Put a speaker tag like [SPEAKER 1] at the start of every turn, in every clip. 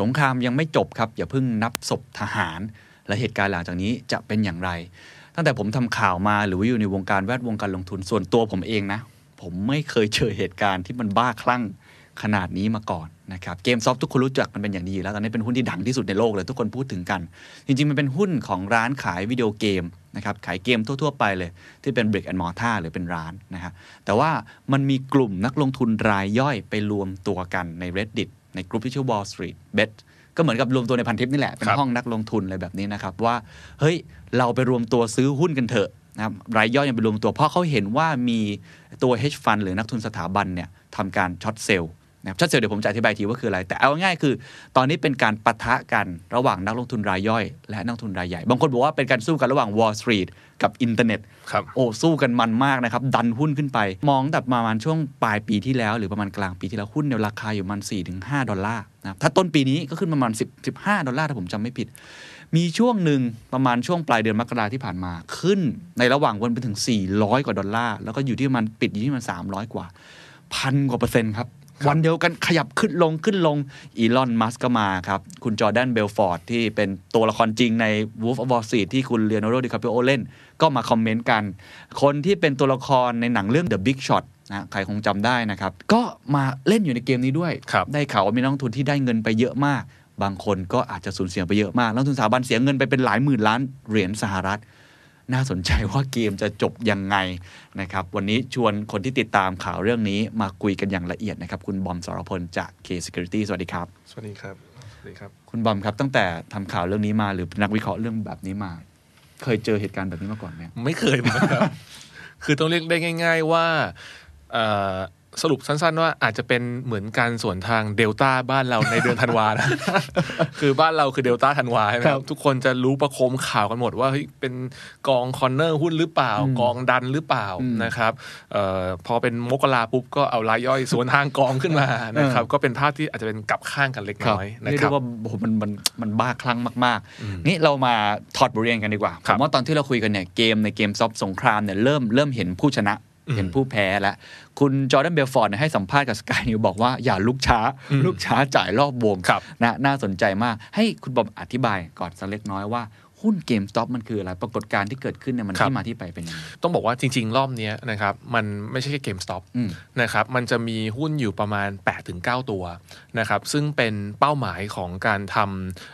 [SPEAKER 1] สงครามยังไม่จบครับ อย่าเพิ่งนับศพทหาร และเหตุการณ์หลังจากนี้จะเป็นอย่างไร ตั้งแต่ผมทำข่าวมาหรือว่าอยู่ในวงการแวดวงการลงทุนส่วนตัวผมเองนะ ผมไม่เคยเจอเหตุการณ์ที่มันบ้าคลั่งขนาดนี้มาก่อนนะครับเกมซอฟทุกคนรู้จักมันเป็นอย่างดี แล้วตอนนี้เป็นหุ้นที่ดังที่สุดในโลกเลยทุกคนพูดถึงกัน จริงๆ มันเป็นหุ้นของร้านขายวิดีโอเกมนะครับขายเกมทั่ว ๆ ไปเลย ที่เป็น Brick and Mortar หรือเป็นร้านนะฮะแต่ว่ามันมีกลุ่มนักลงทุนรายย่อยไปรวมตัวกันใน Reddit ในกลุ่มที่ชื่อ Wall Street Bet ก็เหมือนกับรวมตัวในพันทิปนี่แหละ เป็น
[SPEAKER 2] ครับ
[SPEAKER 1] ห้องนักลงทุนอะไรแบบนี้นะครับ ว่า เฮ้ย เราไปรวมตัวซื้อหุ้นกันเถอะนะครับรายย่อยยังไปรวมตัวเพราะเขาเห็นว่ามีตัว hedge fund หรือนักทุนสถาบันเนี่ยทำการช็อตเซลล์นะครับช็อตเซลล์เดี๋ยวผมจะอธิบายทีว่าคืออะไร แต่เอาง่ายๆคือ ตอนนี้เป็นการปะทะกันระหว่างนักลงทุนรายย่อย และนักลงทุนรายใหญ่ บางคนบอกว่าเป็นการสู้กันระหว่าง Wall Street กับอินเทอร์เน็ต
[SPEAKER 2] ครับ
[SPEAKER 1] โอ้สู้กันมันมากนะครับ ดันหุ้นขึ้นไป มองแต่ประมาณช่วงปลายปีที่แล้ว หรือประมาณกลางปีที่แล้วหุ้นเนี่ยราคาอยู่ประมาณ4-5 ดอลลาร์นะครับถ้าต้นปีนี้ก็ขึ้นประมาณ10 15 ดอลลาร์ถ้าผมจำไม่ผิด มีช่วงหนึ่งประมาณช่วงปลายเดือนมกราที่ผ่านมาขึ้นในระหว่างวันไปถึง 400 กว่าดอลลาร์ แล้วก็อยู่ที่ประมันปิดอยู่ที่ประมัน 300 กว่าพันกว่าเปอร์เซ็นต์ครับ วันเดียวกันขยับขึ้นลงขึ้นลงอีลอนมัสก็มาครับ คุณจอร์แดนเบลฟอร์ดที่เป็นตัวละครจริงใน Wolf of Wall Street ที่คุณเล o n น r d o ดิคาปิโอเล่น ก็มาคอมเมนต์กัน คนที่เป็นตัวละครในหนังเรื่อง The Big Shot นะใครคงจำได้นะครับ ก็มาเล่นอยู่ในเกมนี้ด้วย
[SPEAKER 2] ครับ
[SPEAKER 1] ได้ข่าวว่ามีนักลงทุนที่ได้เงินไปเยอะมาก บางคนก็อาจจะสูญเสียไปเยอะมากนักลงทุนสถาบันเสียเงินไปเป็นหลายหมื่นล้านเหรียญสหรัฐ น่าสนใจว่าเกมจะจบยังไงนะครับ วันนี้ชวนคนที่ติดตามข่าวเรื่องนี้มาคุยกันอย่างละเอียดนะครับ คุณบอมสรพลจาก K Security สวัสดีครับ
[SPEAKER 2] สวัสดีครับ สวัสดีครับ
[SPEAKER 1] คุณบอมครับตั้งแต่ทำข่าวเรื่องนี้มาหรือเป็นนักวิเคราะห์เรื่องแบบนี้มา เคยเจอเหตุการณ์แบบนี้มาก่อนไหม
[SPEAKER 2] ไม่เคยมาครับ คือต้องเรียกได้ง่าย ๆว่าเอ่อสรุปสั้นๆว่าอาจจะเป็นเหมือนการสวนทางเดลต้าบ้านเราในเดือนธันวานะ คือบ้านเราคือเดลต้าธันวาใช่ไหมค
[SPEAKER 1] ครั
[SPEAKER 2] รั
[SPEAKER 1] บบ
[SPEAKER 2] ทุกคนจะรู้ประโคมข่าวกันหมดว่าเฮ้ยเป็นกองคอนเนอร์หุ้นหรือเปล่า กองดันหรือเปล่า
[SPEAKER 1] อืม
[SPEAKER 2] นะครับเออพอเป็นมกราปุ๊บก็เอารายย่อยสวนทางกองขึ้นมา นะครับ ก็เป็นภาพที่อาจจะเป็นกลับข้างกันเล็กน้อยนะ
[SPEAKER 1] เรียก
[SPEAKER 2] ครั
[SPEAKER 1] ได้
[SPEAKER 2] บ
[SPEAKER 1] ว่าโอ้โหมันมันมันบ้าคลั่งมากๆ นี่เรามาถอดบทเรียนกันดีกว่า
[SPEAKER 2] ค
[SPEAKER 1] ผ
[SPEAKER 2] รับ
[SPEAKER 1] มว่าตอนที่เราคุยกันเนี่ยเกมในเกมซอฟสงครามเนี่ยเริ่มเริ่มเห็นผู้ชนะ
[SPEAKER 2] อืม
[SPEAKER 1] เห็นผู้แพ้แล้ว คุณจอร์แดนเบลฟอร์ดเนี่ยให้สัมภาษณ์กับสกายนิวบอกว่าอย่าลุกช้า
[SPEAKER 2] อืม
[SPEAKER 1] ลุกช้าจ่ายรอบวง
[SPEAKER 2] ครับ
[SPEAKER 1] นะน่าสนใจมาก ให้คุณบอมอธิบายก่อนสักเล็กน้อยว่า หุ้นเกมสต็อปมันคืออะไรปรากฏการณ์ที่เกิดขึ้นเนี่ยมันที่มาที่ไปเป็นยังไง
[SPEAKER 2] ต้องบอกว่าจริง ๆ รอบเนี้ยนะครับมันไม่ใช่แค่เกมสต็อป
[SPEAKER 1] อืม
[SPEAKER 2] นะครับ มันจะมีหุ้นอยู่ประมาณ 8-9 ตัวนะครับ ซึ่งเป็นเป้าหมายของการท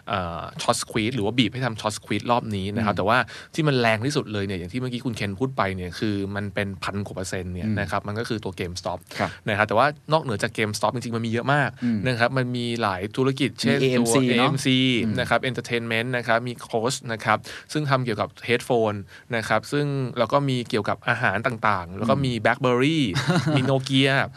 [SPEAKER 2] ำช็อตสควีดหรือว่าบีบให้ทำช็อตสควีดรอบนี้นะครับ แต่ว่าที่มันแรงที่สุดเลยเนี่ย อย่างที่เมื่อกี้คุณเคนพูดไปเนี่ย คือมันเป็นพันกว่าเปอร์เซ็นต์เนี่ย
[SPEAKER 1] อืม
[SPEAKER 2] นะครับ มันก็คือตัวเกมสต็อป
[SPEAKER 1] ครับ
[SPEAKER 2] นะครับ แต่ว่านอกเหนือจากเกมสต็อปจริง ๆ มันมีเยอะมาก
[SPEAKER 1] อืม
[SPEAKER 2] นะครับ มันมีหลายธุรกิจ เช่น
[SPEAKER 1] มี
[SPEAKER 2] ตัว
[SPEAKER 1] AMC เนอะ
[SPEAKER 2] AMC นะครับ Entertainment นะครับ มี Coast นะครับ ซึ่งทำเกี่ยวกับ Headphone นะครับ ซึ่งแล้วก็มีเกี่ยวกับอาหารต่างๆ แล้วก็มี BlackBerry มี Nokia
[SPEAKER 1] ฮะ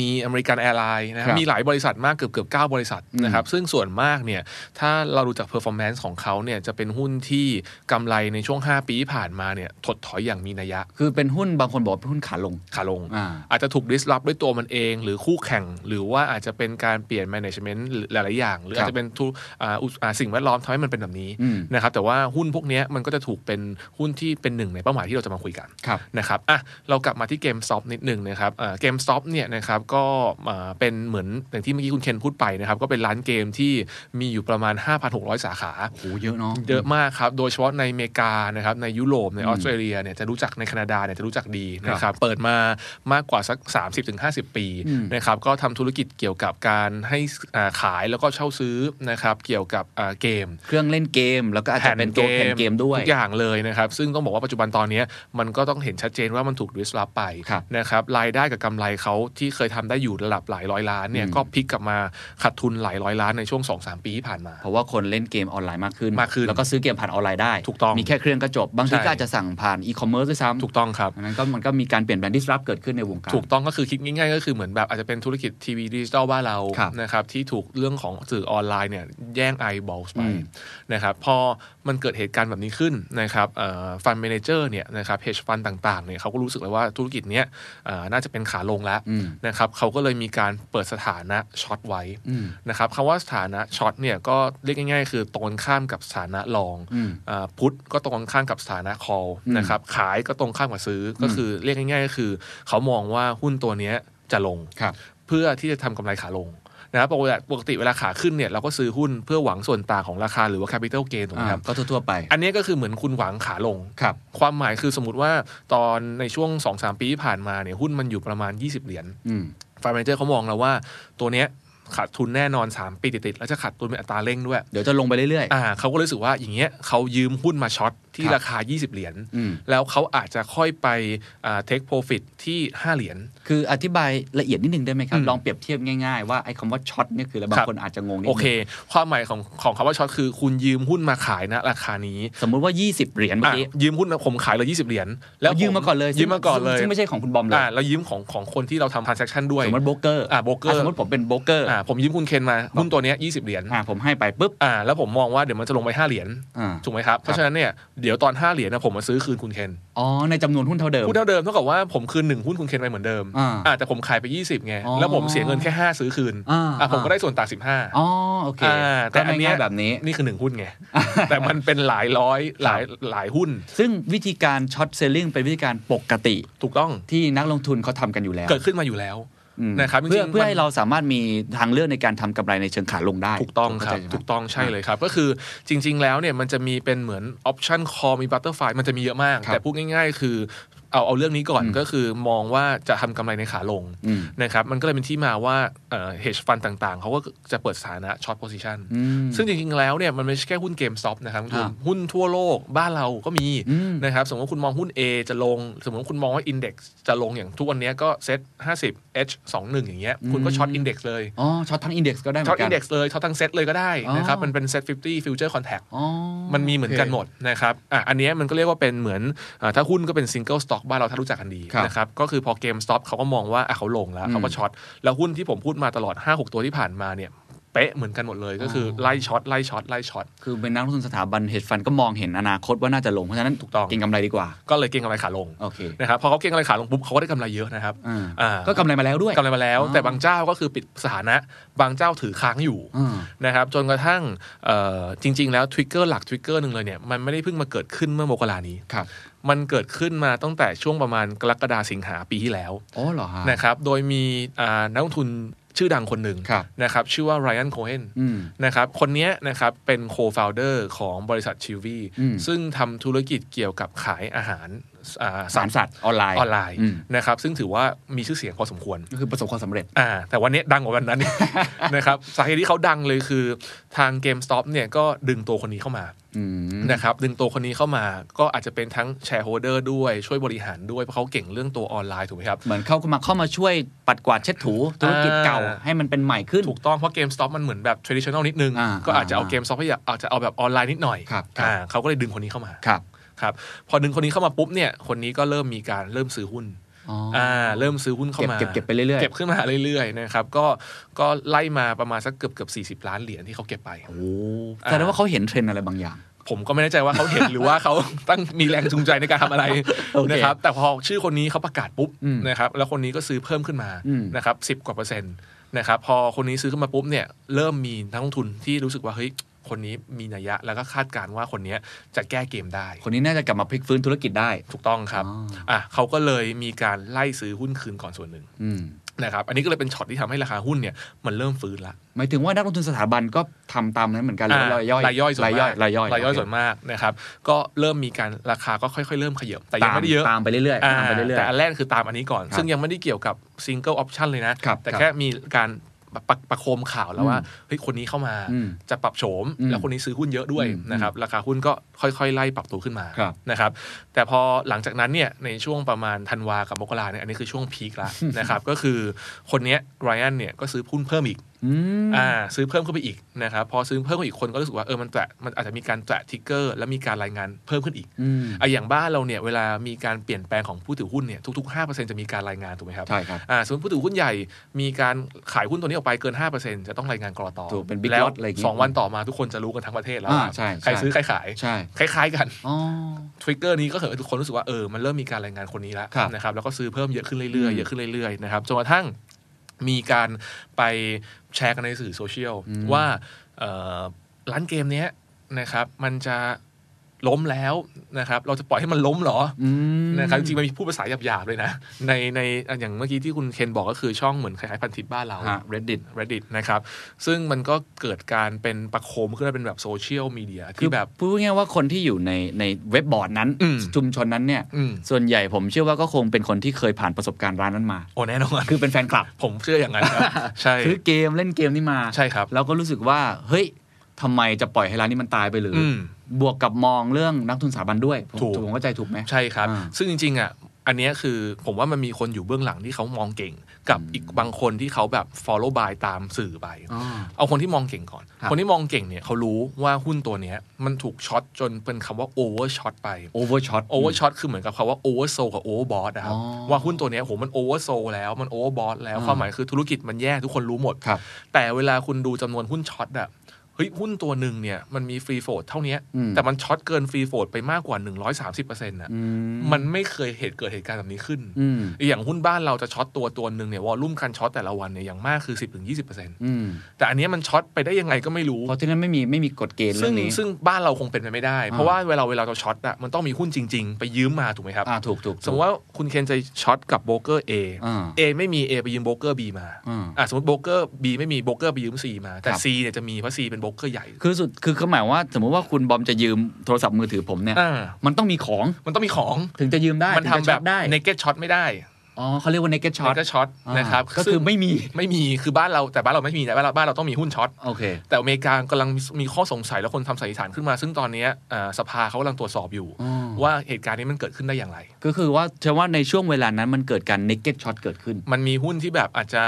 [SPEAKER 2] มีอเมริกันแอร์ไลน์นะครั
[SPEAKER 1] ครับ บ
[SPEAKER 2] มีหลายบริษัทมากเกือบเกือบเบริษัทนะครับซึ่งส่วนมากเนี่ยถ้าเราดูจากเพอร์ฟอร์แมนซ์ของเขาเนี่ยจะเป็นหุ้นที่กำไรในช่วง 5 ปีที่ผ่านมาเนี่ยถดถอยอย่างมีนัยยะ
[SPEAKER 1] คือเป็นหุ้นบางคนบอกว่าเป็นหุ้นขาลง
[SPEAKER 2] ขาลง
[SPEAKER 1] อ่า
[SPEAKER 2] อาจจะถูกดิสลอฟด้วยตัวมันเอง หรือคู่แข่ง หรือว่าอาจจะเป็นการเปลี่ยนแมネจเมนต์หลาย ๆ อย่าง หรือ
[SPEAKER 1] ครั
[SPEAKER 2] อา
[SPEAKER 1] บ
[SPEAKER 2] จจะเป็นทุอ่าอุตอ่าสิ่งแวดล้อมทำให้มันเป็นแบบนี้
[SPEAKER 1] อืม
[SPEAKER 2] นะครับแต่ว่าหุ้นพวกเนี้ยมันก็จะถูกเป็นหุ้นที่เป็นหนึ่งในเป้าหมายที่เราจะมาคุยกัน
[SPEAKER 1] ครับ
[SPEAKER 2] นะครับอ่ะเรากลับมาที่เกมซอฟนิดหนึ่งนะครับเกมซอฟเนี่ยนะครับก็อ่าเป็นเหมือนอย่างที่เมื่อกี้คุณเคนพูดไปนะครับ ก็เป็นร้านเกมที่มีอยู่ประมาณ 5,600 สาขา
[SPEAKER 1] โอ้โหเยอะเนาะ
[SPEAKER 2] เยอะมากครับ โดยเฉพาะในอเมริกานะครับ ในยุโรป ใน
[SPEAKER 1] อืม
[SPEAKER 2] ออสเตรเลียเนี่ยจะรู้จักในแคนาดาเนี่ยจะรู้จักดี
[SPEAKER 1] ครับ
[SPEAKER 2] นะครับ เปิดมามากกว่าสัก 30-50 ปี
[SPEAKER 1] อืม
[SPEAKER 2] นะครับ ก็ทำธุรกิจเกี่ยวกับการให้อ่าขายแล้วก็เช่าซื้อนะครับ เกี่ยวกับอ่าเกม
[SPEAKER 1] เครื่องเล่นเกมแล้วก็อาจจะเป็นตัวแผ่นเกมด้วย
[SPEAKER 2] ทุกอย่างเลยนะครับ ซึ่งต้องบอกว่าปัจจุบันตอนเนี้ยมันก็ต้องเห็นชัดเจนว่ามันถูกดิสลอฟไป
[SPEAKER 1] ครับ
[SPEAKER 2] นะครับรายได้กับกำไรเขาที่เคย ยทำได้อยู่ระดับหลายร้อยล้านเนี่ย
[SPEAKER 1] อืม
[SPEAKER 2] ก็พลิกกลับมาขาดทุนหลายร้อยล้านในช่วง 2-3 ปีที่ผ่านมา
[SPEAKER 1] เพราะว่าคนเล่นเกมออนไลน์มากขึ้น
[SPEAKER 2] มากขึ้น
[SPEAKER 1] แล้วก็ซื้อเกมผ่านออนไลน์ได้
[SPEAKER 2] ถูกต้อง
[SPEAKER 1] มีแค่เครื่องก็จบ บางที
[SPEAKER 2] ใช่
[SPEAKER 1] ก็อาจจะสั่งผ่านอีคอมเมิร์ซด้วยซ้ำ
[SPEAKER 2] ถูกต้องครับ
[SPEAKER 1] อันนั้นก็มันก็มีการเปลี่ยนแปลงที่รับเกิดขึ้นในวงการ
[SPEAKER 2] ถูกต้องก็คือคิดง่ายๆ ก็คือเหมือนแบบอาจจะเป็นธุรกิจทีวีดิจิตอลบ้านเรา
[SPEAKER 1] ครับ
[SPEAKER 2] นะครับที่ถูกเรื่องของสื่อออนไลน์เนี่ยแย่งไอบอลไป
[SPEAKER 1] อืม
[SPEAKER 2] นะครับพอมันเกิดเหตุการณ์แบบนี้ขึ้นนะครับฟันเมนเจอร์เนี่ยนะครับเฮชฟันต่างๆเนี่ยเขาก็รู้สึกเลยว่าธุรกิจเนี้ยเอ่อน่าจะเป็นขาลงแล้ว
[SPEAKER 1] อืม
[SPEAKER 2] นะครับเขาก็เลยมีการเปิดสถานะช็อตไว้
[SPEAKER 1] อืม
[SPEAKER 2] นะครับคำว่าสถานะช็อตเนี่ยก็เรียกง่ายๆ คือตรงกันข้ามกับสถานะลอง
[SPEAKER 1] อืม
[SPEAKER 2] อาพุทธก็ตรงกันข้ามกับสถานะคอล
[SPEAKER 1] อืม
[SPEAKER 2] นะครับขายก็ตรงข้ามกับซื้ออก็คือเรียกง่ายๆ ก็คือ เขามองว่าหุ้นตัวเนี้ยจะลง
[SPEAKER 1] ครับ
[SPEAKER 2] เพื่อที่จะทำกำไรขาลงนะครับปกติปกติเวลาขาขึ้นเนี่ยเราก็ซื้อหุ้นเพื่อหวังส่วนต่างของราคาหรือว่า capital gain ถูกไหมครับ
[SPEAKER 1] อ่าก็ทั่วๆไป
[SPEAKER 2] อันนี้ก็คือเหมือนคุณหวังขาลง
[SPEAKER 1] ครับ
[SPEAKER 2] ความหมายคือสมมติว่าตอนในช่วง 2-3 ปีที่ผ่านมาเนี่ยหุ้นมันอยู่ประมาณ 20 เหรียญ
[SPEAKER 1] อืม
[SPEAKER 2] ฟาร์มเมเจอร์เขามองแล้วว่าตัวเนี้ยขาดทุนแน่นอน 3 ปีติดๆแล้วจะขาดทุนเป็นอัตราเร่งด้วย
[SPEAKER 1] เดี๋ยวจะลงไปเรื่อย
[SPEAKER 2] อ่าเขาก็เลยรู้สึกว่าอย่างเงี้ยเขายืมหุ้นมาช็อตที่
[SPEAKER 1] ครับ
[SPEAKER 2] ราคา 20 เหรียญ
[SPEAKER 1] ๆอืม
[SPEAKER 2] แล้วเขาอาจจะค่อยไปเทคโปรฟิตที่ 5 เหรียญ
[SPEAKER 1] คืออธิบายละเอียดนิดนึงได้ไหมครับ
[SPEAKER 2] อืม
[SPEAKER 1] ลองเปรียบเทียบง่ายๆ ว่าไอ้คำว่าช็อตเนี่ยคืออะไรบา
[SPEAKER 2] ครั
[SPEAKER 1] ง
[SPEAKER 2] บ
[SPEAKER 1] คนอาจจะงงนิด
[SPEAKER 2] โอ
[SPEAKER 1] นึ
[SPEAKER 2] เค
[SPEAKER 1] ง
[SPEAKER 2] ความหมายของของคำว่าช็อตคือคุณยืมหุ้นมาขายนะราคานี้
[SPEAKER 1] สมมุติว่า 20 เหรียญเมื่
[SPEAKER 2] อ่ะ
[SPEAKER 1] อกี้
[SPEAKER 2] ยืมหุ้นนะผมขายเลย20 เหรียญแล้ว
[SPEAKER 1] เอายืมมาก่อนเลย
[SPEAKER 2] ยืมมาก่อนเลย
[SPEAKER 1] ซึ่งซึ่งไม่ใช่ของคุณบอมเลย
[SPEAKER 2] อ่าแล้วยืมของของคนที่เราทำ transaction ด้วย
[SPEAKER 1] สมมติโบรกเกอร์
[SPEAKER 2] อ่ะโบรกเกอร์
[SPEAKER 1] สมมติผมเป็นโบรกเกอร์
[SPEAKER 2] อ่าผมยืมคุณเคนมาหุ้นตัวเนี้ย20 เหรียญ
[SPEAKER 1] อ่าผมให้ไปปุ๊บ
[SPEAKER 2] อ่าแล้วผมมองว่าเดี๋ยวมันจะลงไป5เหรียญ
[SPEAKER 1] อ่า
[SPEAKER 2] ถูกไหมครับ เพราะฉะนั้นเนี่ยเดี๋ยวตอน 5 เหรียญนะผมมาซื้อคืนคุณเคน
[SPEAKER 1] อ๋อ ในจำนวนหุ้นเท่าเดิม
[SPEAKER 2] หุ้นเท่าเดิมเท่ากับว่าผมคืน 1 หุ้นคุณเคนไปเหมือนเดิม
[SPEAKER 1] อ่า
[SPEAKER 2] อ่าแต่ผมขายไป 20ไง
[SPEAKER 1] อ๋อ
[SPEAKER 2] แล้วผมเสียเงินแค่ 5 ซื้อคืน
[SPEAKER 1] อ่า
[SPEAKER 2] อ่าผมก็
[SPEAKER 1] อ่า
[SPEAKER 2] ได้ส่วนต่าง15
[SPEAKER 1] อ๋อ โอเค
[SPEAKER 2] อ่าแต่
[SPEAKER 1] ก็
[SPEAKER 2] อันเนี้ย
[SPEAKER 1] ง่ายๆแบบนี้
[SPEAKER 2] นี่คือ 1 หุ้นไง แต่มันเป็นหลายร้อยหลายหลายหุ้น
[SPEAKER 1] ซึ่งวิธีการช็อตเซลลิ n งเป็นวิธีการปกติ
[SPEAKER 2] ถูกต้อง
[SPEAKER 1] ที่นักลงทุนเขาทำกันอยู่แล้ว
[SPEAKER 2] เกิดขึ้นมาอยู่แล้ว
[SPEAKER 1] อืม
[SPEAKER 2] นะครับจ
[SPEAKER 1] เพื่
[SPEAKER 2] ริ
[SPEAKER 1] อง
[SPEAKER 2] ๆ
[SPEAKER 1] เพื่อ
[SPEAKER 2] มัน
[SPEAKER 1] ให้เราสามารถมีทางเลือกในการทำกำไรในเชิงขาลงได้
[SPEAKER 2] ถูกต้องครับ
[SPEAKER 1] เข้าใจไหม
[SPEAKER 2] ถูกต้องใช่เลยครับ ก็คือจริง ๆ แล้วเนี่ยมันจะมีเป็นเหมือนออปชันคอมีบัตเตอร์ไฟมันจะมีเยอะมาก
[SPEAKER 1] ครับ
[SPEAKER 2] แต่พูดง่าย ๆ คือเอาเอาเรื่องนี้ก่อนก็คือมองว่าจะทำกำไรในขาลง
[SPEAKER 1] อืม
[SPEAKER 2] นะครับมันก็เลยเป็นที่มาว่าเฮชฟันต่างๆ เขาก็จะเปิดสถานะช็อตโพ i ิชัน
[SPEAKER 1] อืม
[SPEAKER 2] ซึ่งจริง ๆ แล้วเนี่ยมันไม่ใช่แค่หุ้นเกมซ็อปนะครับคุณผู้ชม
[SPEAKER 1] อ่า
[SPEAKER 2] หุ้นทั่วโลกบ้านเราก็มี
[SPEAKER 1] อืม
[SPEAKER 2] นะครับสมมติว่าคุณมองหุ้น A จะลง สมมติว่าคุณมองว่าอินเด็กซ์จะลงอย่างทุกวันเนี้ยก็เซ็ต50 H 21อย่างเงี้ยคุณก็ช็อตอินเด็กซ์เลย
[SPEAKER 1] อ๋อช็อตทั้งอินเด็กซ์ก็ได้เหมื
[SPEAKER 2] ช็อ
[SPEAKER 1] อ
[SPEAKER 2] ต
[SPEAKER 1] นกั
[SPEAKER 2] อิ
[SPEAKER 1] น
[SPEAKER 2] นเด็กซ์เลยช็อตทั้งเซตเลยก็ได้นะครับ
[SPEAKER 1] อ๋อ
[SPEAKER 2] มันเป็นเซต50 future contact
[SPEAKER 1] อ๋อ
[SPEAKER 2] มันมีเหมือนกันหมดนะครับอ่ะอันเนี้ยมันก็เรียกว่าเป็นเหมือนอาถ้าหุ้นก็เป็น single stock บ้านเราถ้ารู้จักกันดี
[SPEAKER 1] ครับ
[SPEAKER 2] นะครับ ก็คือพอเกม stop เขาก็มองว่าอ่ะเขาลงแล้วเขาก็ช็อต แล้วหุ้นที่ผมพูดมาตลอด 5-6 ตัวที่ผ่านมาเนี่ย เป๊ะเหมือนกันหมดเลย ก็คืออ
[SPEAKER 1] อ
[SPEAKER 2] ไล่ช็อตไล่ช็อตไล่ช็อต
[SPEAKER 1] คือเป็นนักลงทุนสถาบันเฮดฟันก็มองเห็นอนาคตว่าน่าจะลง เพราะฉะนั้น
[SPEAKER 2] ถูกต้อง
[SPEAKER 1] เก็งกำไรดีกว่า
[SPEAKER 2] ก็เลยเก็งกำไรขาลง
[SPEAKER 1] โอเค
[SPEAKER 2] นะครับพอเขาเก็งกำไรขาลงปุ๊บเขาก็ได้กำไรเยอะนะครับ
[SPEAKER 1] อ่า
[SPEAKER 2] อ่า
[SPEAKER 1] ก็กำไรมาแล้วด้วย
[SPEAKER 2] กำไรมาแล้ว
[SPEAKER 1] อ๋อ
[SPEAKER 2] แต่บางเจ้าก็คือปิดสถานะ บางเจ้าถือค้างอยู่
[SPEAKER 1] อ่า
[SPEAKER 2] นะครับจนกระทั่งเอ่อจริง ๆ แล้วทริกเกอร์หลักทริกเกอร์หนึ่งเลยเนี่ยมันไม่ได้เพิ่งมาเกิดขึ้นเมื่อมกรานี้
[SPEAKER 1] ครับ
[SPEAKER 2] มันเกิดขึ้นมาตั้งแต่ช่วงประมาณกรกฎาสิงหาปีที่แล้ว
[SPEAKER 1] อ๋อเหรอฮะ
[SPEAKER 2] นะครับโดยมีอ่านักลงทุนชื่อดังคนหนึ่ง
[SPEAKER 1] ครับ
[SPEAKER 2] นะครับชื่อว่าไรอันโคเฮน
[SPEAKER 1] อืม
[SPEAKER 2] นะครับคนเนี้ยนะครับเป็นโคฟ o u เดอร์ของบริษัทชิวี
[SPEAKER 1] อืม
[SPEAKER 2] ซึ่งทำธุรกิจเกี่ยวกับขายอาหารอ่า
[SPEAKER 1] สารสัตว์ออนไลน์
[SPEAKER 2] ออนไลน์
[SPEAKER 1] อืม
[SPEAKER 2] นะครับซึ่งถือว่ามีชื่อเสียงพอสมควร
[SPEAKER 1] ก็คือประสบความสำเร็จ
[SPEAKER 2] อ่าแต่วันนี้ดังกว่าวันนั้น นะครับสาเหตุที่เขาดังเลยคือทาง GameStop เนี่ยก็ดึงตัวคนนี้เข้ามา
[SPEAKER 1] อืม
[SPEAKER 2] นะครับดึงตัวคนนี้เข้ามาก็อาจจะเป็นทั้งแชร์โฮเดอร์ด้วยช่วยบริหารด้วย เพราะเขาเก่งเรื่องตัวออนไลน์ถูกไหมครับ
[SPEAKER 1] เหมือนเข้ามาเข้ามาช่วยปัดกวาดเช็ดถูธุรกิจเก่า
[SPEAKER 2] อ่า
[SPEAKER 1] ให้มันเป็นใหม่ขึ้น
[SPEAKER 2] ถูกต้องเพราะ GameStop มันเหมือนแบบ traditional นิดนึง
[SPEAKER 1] อ่า
[SPEAKER 2] ก็อาจจะเอา
[SPEAKER 1] อ่า
[SPEAKER 2] GameStop ไปอยากอาจจะเอาแบบออนไลน์นิดหน่อย
[SPEAKER 1] ครับครับ
[SPEAKER 2] อ่าเขาก็เลยดึงคนนี้เข้ามา
[SPEAKER 1] ครับ
[SPEAKER 2] ครับพอดึงคนนี้เข้ามาปุ๊บเนี่ยคนนี้ก็เริ่มมีการเริ่มซื้อหุ้น
[SPEAKER 1] อ๋ออ
[SPEAKER 2] อ่าเริ่มซื้อหุ้นเข้ามา
[SPEAKER 1] เก็บเก็บเก็บไปเรื่อยๆ
[SPEAKER 2] เก็บขึ้นมาเรื่อยๆนะครับก็ก็ไล่มาประมาณสักเกือบเกือบสีล้านเหรียญที่เขาเก็บไป
[SPEAKER 1] โอ้โหแสดงว่าเขาเห็นเทรนด์อะไรบางอย่าง
[SPEAKER 2] ผมก็ไม่แน่ใจว่าเขาเห็น หรือว่าเขาตั้งมีแรงจูงใจในการทำอะไร
[SPEAKER 1] โอเค
[SPEAKER 2] นะครับแต่พอชื่อคนนี้เขาประกาศปุ๊บ
[SPEAKER 1] อืม
[SPEAKER 2] นะครับแล้วคนนี้ก็ซื้อเพิ่มขึ้นมา
[SPEAKER 1] อืม
[SPEAKER 2] นะครับสิกว่าเปอร์เซ็นต์นะครับพอคนนี้ซื้อขึ้นมาปุ๊บเนี่ยเริ่มมีนักลงทุนที่รู้สึกว่าเฮ้ยคนนี้มีนัยยะแล้วก็คาดการณ์ว่าคนเนี้ยจะแก้เกมได้
[SPEAKER 1] คนนี้น่าจะกลับมาพลิกฟื้นธุรกิจได้
[SPEAKER 2] ถูกต้องครับ
[SPEAKER 1] อ๋อ
[SPEAKER 2] อ่ะเขาก็เลยมีการไล่ซื้อหุ้นคืนก่อนส่วนหนึ่ง
[SPEAKER 1] อืม
[SPEAKER 2] นะครับอันนี้ก็เลยเป็นช็อตที่ทำให้ราคาหุ้นเนี่ยมันเริ่มฟื้นละ
[SPEAKER 1] หมายถึงว่านักลงทุนสถาบันก็ทำตามนั้นเหมือนกันหรือว่ารายย่อย
[SPEAKER 2] รายย่อยส่วน
[SPEAKER 1] รายย่
[SPEAKER 2] มา
[SPEAKER 1] อย
[SPEAKER 2] ก
[SPEAKER 1] รายย่อย
[SPEAKER 2] รายย่อยส่วน
[SPEAKER 1] โ
[SPEAKER 2] มากนะครับก็เริ่มมีการราคาก็ค่อยๆ เริ่มขยับ
[SPEAKER 1] อเค
[SPEAKER 2] แต่ยังไม่ได้เยอะ
[SPEAKER 1] ตามไปเรื่อย
[SPEAKER 2] อ่า
[SPEAKER 1] ๆตามไปเรื่อย
[SPEAKER 2] แต่อันแรกคือตามอันนี้ก่อน
[SPEAKER 1] ครับ
[SPEAKER 2] ซึ่งยังไม่ได้เกี่ยวกับซิงเกิลออปชันเลยนะ
[SPEAKER 1] ครับ
[SPEAKER 2] แต่
[SPEAKER 1] ครับ
[SPEAKER 2] แค่มีการ ประประประโคมข่าวแล้วว่าเฮ้ยคนนี้เข้ามา
[SPEAKER 1] อืม
[SPEAKER 2] จะปรับโฉม
[SPEAKER 1] อืม
[SPEAKER 2] แล้วคนนี้ซื้อหุ้นเยอะด้วย
[SPEAKER 1] อืม
[SPEAKER 2] นะครับราคาหุ้นก็ค่อยๆ ไล่ปรับตัวขึ้นมา
[SPEAKER 1] ครับ
[SPEAKER 2] นะครับแต่พอหลังจากนั้นเนี่ยในช่วงประมาณธันวากับมกราเนี่ยอันนี้คือช่วงพีค ละ นะครับก็คือคนเนี้ยไรอันเนี่ยก็ซื้อหุ้นเพิ่มอีก อ่าซื้อเพิ่มเข้าไปอีกนะครับพอซื้อเพิ่มเข้าไปอีกคนก็รู้สึกว่าเออมันแตะมันอาจจะมีการแตะทิกเกอร์และมีการรายงานเพิ่มขึ้นอีก
[SPEAKER 1] อืม
[SPEAKER 2] อ่ะอย่างบ้านเราเนี่ยเวลามีการเปลี่ยนแปลงของผู้ถือหุ้นเนี่ยทุก ๆ 5%จะมีการรายงานถูกไหมครับ
[SPEAKER 1] ใช่ครับ
[SPEAKER 2] อ่าสมมติผู้ถือหุ้นใหญ่มีการขายหุ้นตัวนี้ออกไปเกิน 5%จะต้องรายงานกรต
[SPEAKER 1] ถูกเป็น big
[SPEAKER 2] แล้ว
[SPEAKER 1] lot อะไรอย่างงี้
[SPEAKER 2] สองวันต่อมาทุกคนจะรู้กันทั้งประเทศแล้ว
[SPEAKER 1] อ่า
[SPEAKER 2] ว่า
[SPEAKER 1] ใช่ใช่
[SPEAKER 2] ใครซื้อใครขาย
[SPEAKER 1] ใช่
[SPEAKER 2] คล้าย ๆกัน
[SPEAKER 1] อ๋อ
[SPEAKER 2] ทริกเกอร์นี้ก็เหอะทุกคนรู้สึกว่าเออมันเริ่มมีการรายงานคนนี้แล้ว
[SPEAKER 1] ครับ
[SPEAKER 2] นะครับแล้วก็ซื้อเพิ่มเยอะขึ้นเรื่อ
[SPEAKER 1] อื
[SPEAKER 2] ยๆ
[SPEAKER 1] ม
[SPEAKER 2] เยอะขึ้นเรื่อยๆนะครับจนกระทั่ง มีการไปแชร์กันในสื่อโซเชียล
[SPEAKER 1] อืม
[SPEAKER 2] ว่าเอ่อร้านเกมเนี้ยนะครับ มันจะล้มแล้วนะครับ เราจะปล่อยให้มันล้มเหรอ
[SPEAKER 1] อืม
[SPEAKER 2] นะครับจริงๆมันมีพูดภาษาหยาบๆเลยนะ ในในอ่ะอย่างเมื่อกี้ที่คุณเคนบอกก็คือช่องเหมือนคล้ายๆพันทิปบ้านเรา
[SPEAKER 1] ฮะ Reddit
[SPEAKER 2] Reddit นะครับ ซึ่งมันก็เกิดการเป็นประโคมขึ้นมาเป็นแบบโซเชียลมีเดียที่แบบ
[SPEAKER 1] พูดง่ายๆว่าคนที่อยู่ในในเว็บบอร์ดนั้น
[SPEAKER 2] อืม
[SPEAKER 1] ชุมชนนั้นเนี่ย
[SPEAKER 2] อืม
[SPEAKER 1] ส่วนใหญ่ผมเชื่อว่าก็คงเป็นคนที่เคยผ่านประสบการณ์ร้านนั้นมา
[SPEAKER 2] โอ้แน่นอน
[SPEAKER 1] คือเป็นแฟนคลับ
[SPEAKER 2] ผมเชื่ออย่างนั้น ครับ ใช่
[SPEAKER 1] ซื้อเกมเล่นเกมนี่มา
[SPEAKER 2] ใช่ครับ
[SPEAKER 1] แล้วก็รู้สึกว่า เฮ้ยทำไมจะปล่อยให้ร้านนี้มันตายไปหรืออ
[SPEAKER 2] ม
[SPEAKER 1] บวกกับมองเรื่องนักทุนสถาบันด้วย ผม
[SPEAKER 2] ถูก
[SPEAKER 1] ผมเข้าใจถูกไหม
[SPEAKER 2] ใช่ครับ
[SPEAKER 1] อ่า
[SPEAKER 2] ซึ่งจริงๆอ่ะ อันเนี้ยคือผมว่ามันมีคนอยู่เบื้องหลังที่เขามองเก่ง กับอีกบางคนที่เขาแบบ follow by ตามสื่อไป เอาคนที่มองเก่งก่อน
[SPEAKER 1] ครับ
[SPEAKER 2] คนที่มองเก่งเนี่ยเขารู้ว่าหุ้นตัวเนี้ยมันถูกช็อตจนเป็นคำว่า over shot ไป
[SPEAKER 1] โอเวอร์ช็อต
[SPEAKER 2] โอเวอร์ช็อตคือเหมือนกับคำว่าโอเวอร์โซกับโอเวอร์บอสนะครับ
[SPEAKER 1] อ๋อ
[SPEAKER 2] ว่าหุ้นตัวเนี้ยโหมันโอเวอร์โซแล้วมันโอเวอร์บอสแล้ว
[SPEAKER 1] อ่า
[SPEAKER 2] ความหมายคือธุรกิจมันแย่ทุกคนรู้หมด
[SPEAKER 1] ครับ
[SPEAKER 2] แต่เวลาคุณดูจำนวนหุ้นช็อตอะเฮ้ยหุ้นตัวหนึ่งเนี่ยมันมีฟรีโฟลดเท่าเนี้ย
[SPEAKER 1] อืม
[SPEAKER 2] แต่มันช็อตเกินฟรีโฟลดไปมากกว่า 130%อ่ะ มันไม่เคยเหตุเกิดเหตุการณ์แบบนี้ขึ้น
[SPEAKER 1] อืม
[SPEAKER 2] อย่างหุ้นบ้านเราจะช็อตตัวตัวหนึ่งเนี่ยวอลลุ่มการช็อตแต่ละวันเนี่ยอย่างมากคือ 10-20%ถึง
[SPEAKER 1] อืม
[SPEAKER 2] แต่อันเนี้ยมันช็อตไปได้ยังไงก็ไม่รู้
[SPEAKER 1] เพราะฉะนั้นไม่มีไม่มีกฎเกณฑ์
[SPEAKER 2] ซึ่
[SPEAKER 1] เรื่
[SPEAKER 2] ง
[SPEAKER 1] องนี้
[SPEAKER 2] ซึ่งบ้านเราคงเป็นไปไม่ได้ เพราะว่าเวลาเวลาเราช็อตอะมันต้องมีหุ้นจริง ๆ ไปยืมมาถูกไหมครับ
[SPEAKER 1] อ่าถูกถูกถูก
[SPEAKER 2] สมมติว่าคุณเคนจะช็อตกับโบรกเกอร์ A
[SPEAKER 1] อ่า
[SPEAKER 2] A ไม่มี A ไปยืมโบรกเกอร์ B มา
[SPEAKER 1] อ่า
[SPEAKER 2] อ่ะสมมติโบรกเกอร์ B ไม่มีโบรกเกอร์ไปยืม C มา แต่
[SPEAKER 1] ครับ
[SPEAKER 2] C เนี่ยจะมีเพราะ C เป็นโบรกเกอร์ใหญ่
[SPEAKER 1] คือสุดคือเขาหมายว่า สมมุติว่าคุณบอมจะยืมโทรศัพท์มือถือผมเนี่ย
[SPEAKER 2] อ่า
[SPEAKER 1] มันต้องมีของ
[SPEAKER 2] มันต้องมีของ
[SPEAKER 1] ถึงจะยืมได้
[SPEAKER 2] มันทำ
[SPEAKER 1] ถึงจะช็
[SPEAKER 2] แบ
[SPEAKER 1] อบตได้
[SPEAKER 2] ในเก็ตช็อตไม่ได้
[SPEAKER 1] อ๋อเขาเรียกว่า naked
[SPEAKER 2] ใน
[SPEAKER 1] shot
[SPEAKER 2] เก็ตช็อต
[SPEAKER 1] อ่า
[SPEAKER 2] นะครับ
[SPEAKER 1] ก็คือ
[SPEAKER 2] ซึ่ง
[SPEAKER 1] ไม่มี
[SPEAKER 2] ไม่มีคือบ้านเราแต่บ้านเราไม่มีแต่บ้านเราบ้านเราต้องมีหุ้นช็อต
[SPEAKER 1] โอเค
[SPEAKER 2] แต่อเมริกากำลังมีข้อสงสัยแล้วคนทำสันนิษฐานขึ้นมา ซึ่งตอนเนี้ยเอ่อสภาเขากำลังตรวจสอบอยู่
[SPEAKER 1] อ๋อ
[SPEAKER 2] ว่าเหตุการณ์นี้มันเกิดขึ้นได้อย่างไร
[SPEAKER 1] ก็คือว่าเชื่อว่าในช่วงเวลานั้นมันเกิดการ naked shot เกิดขึ้น
[SPEAKER 2] มันมีหุ้นที่แบบอาจจะ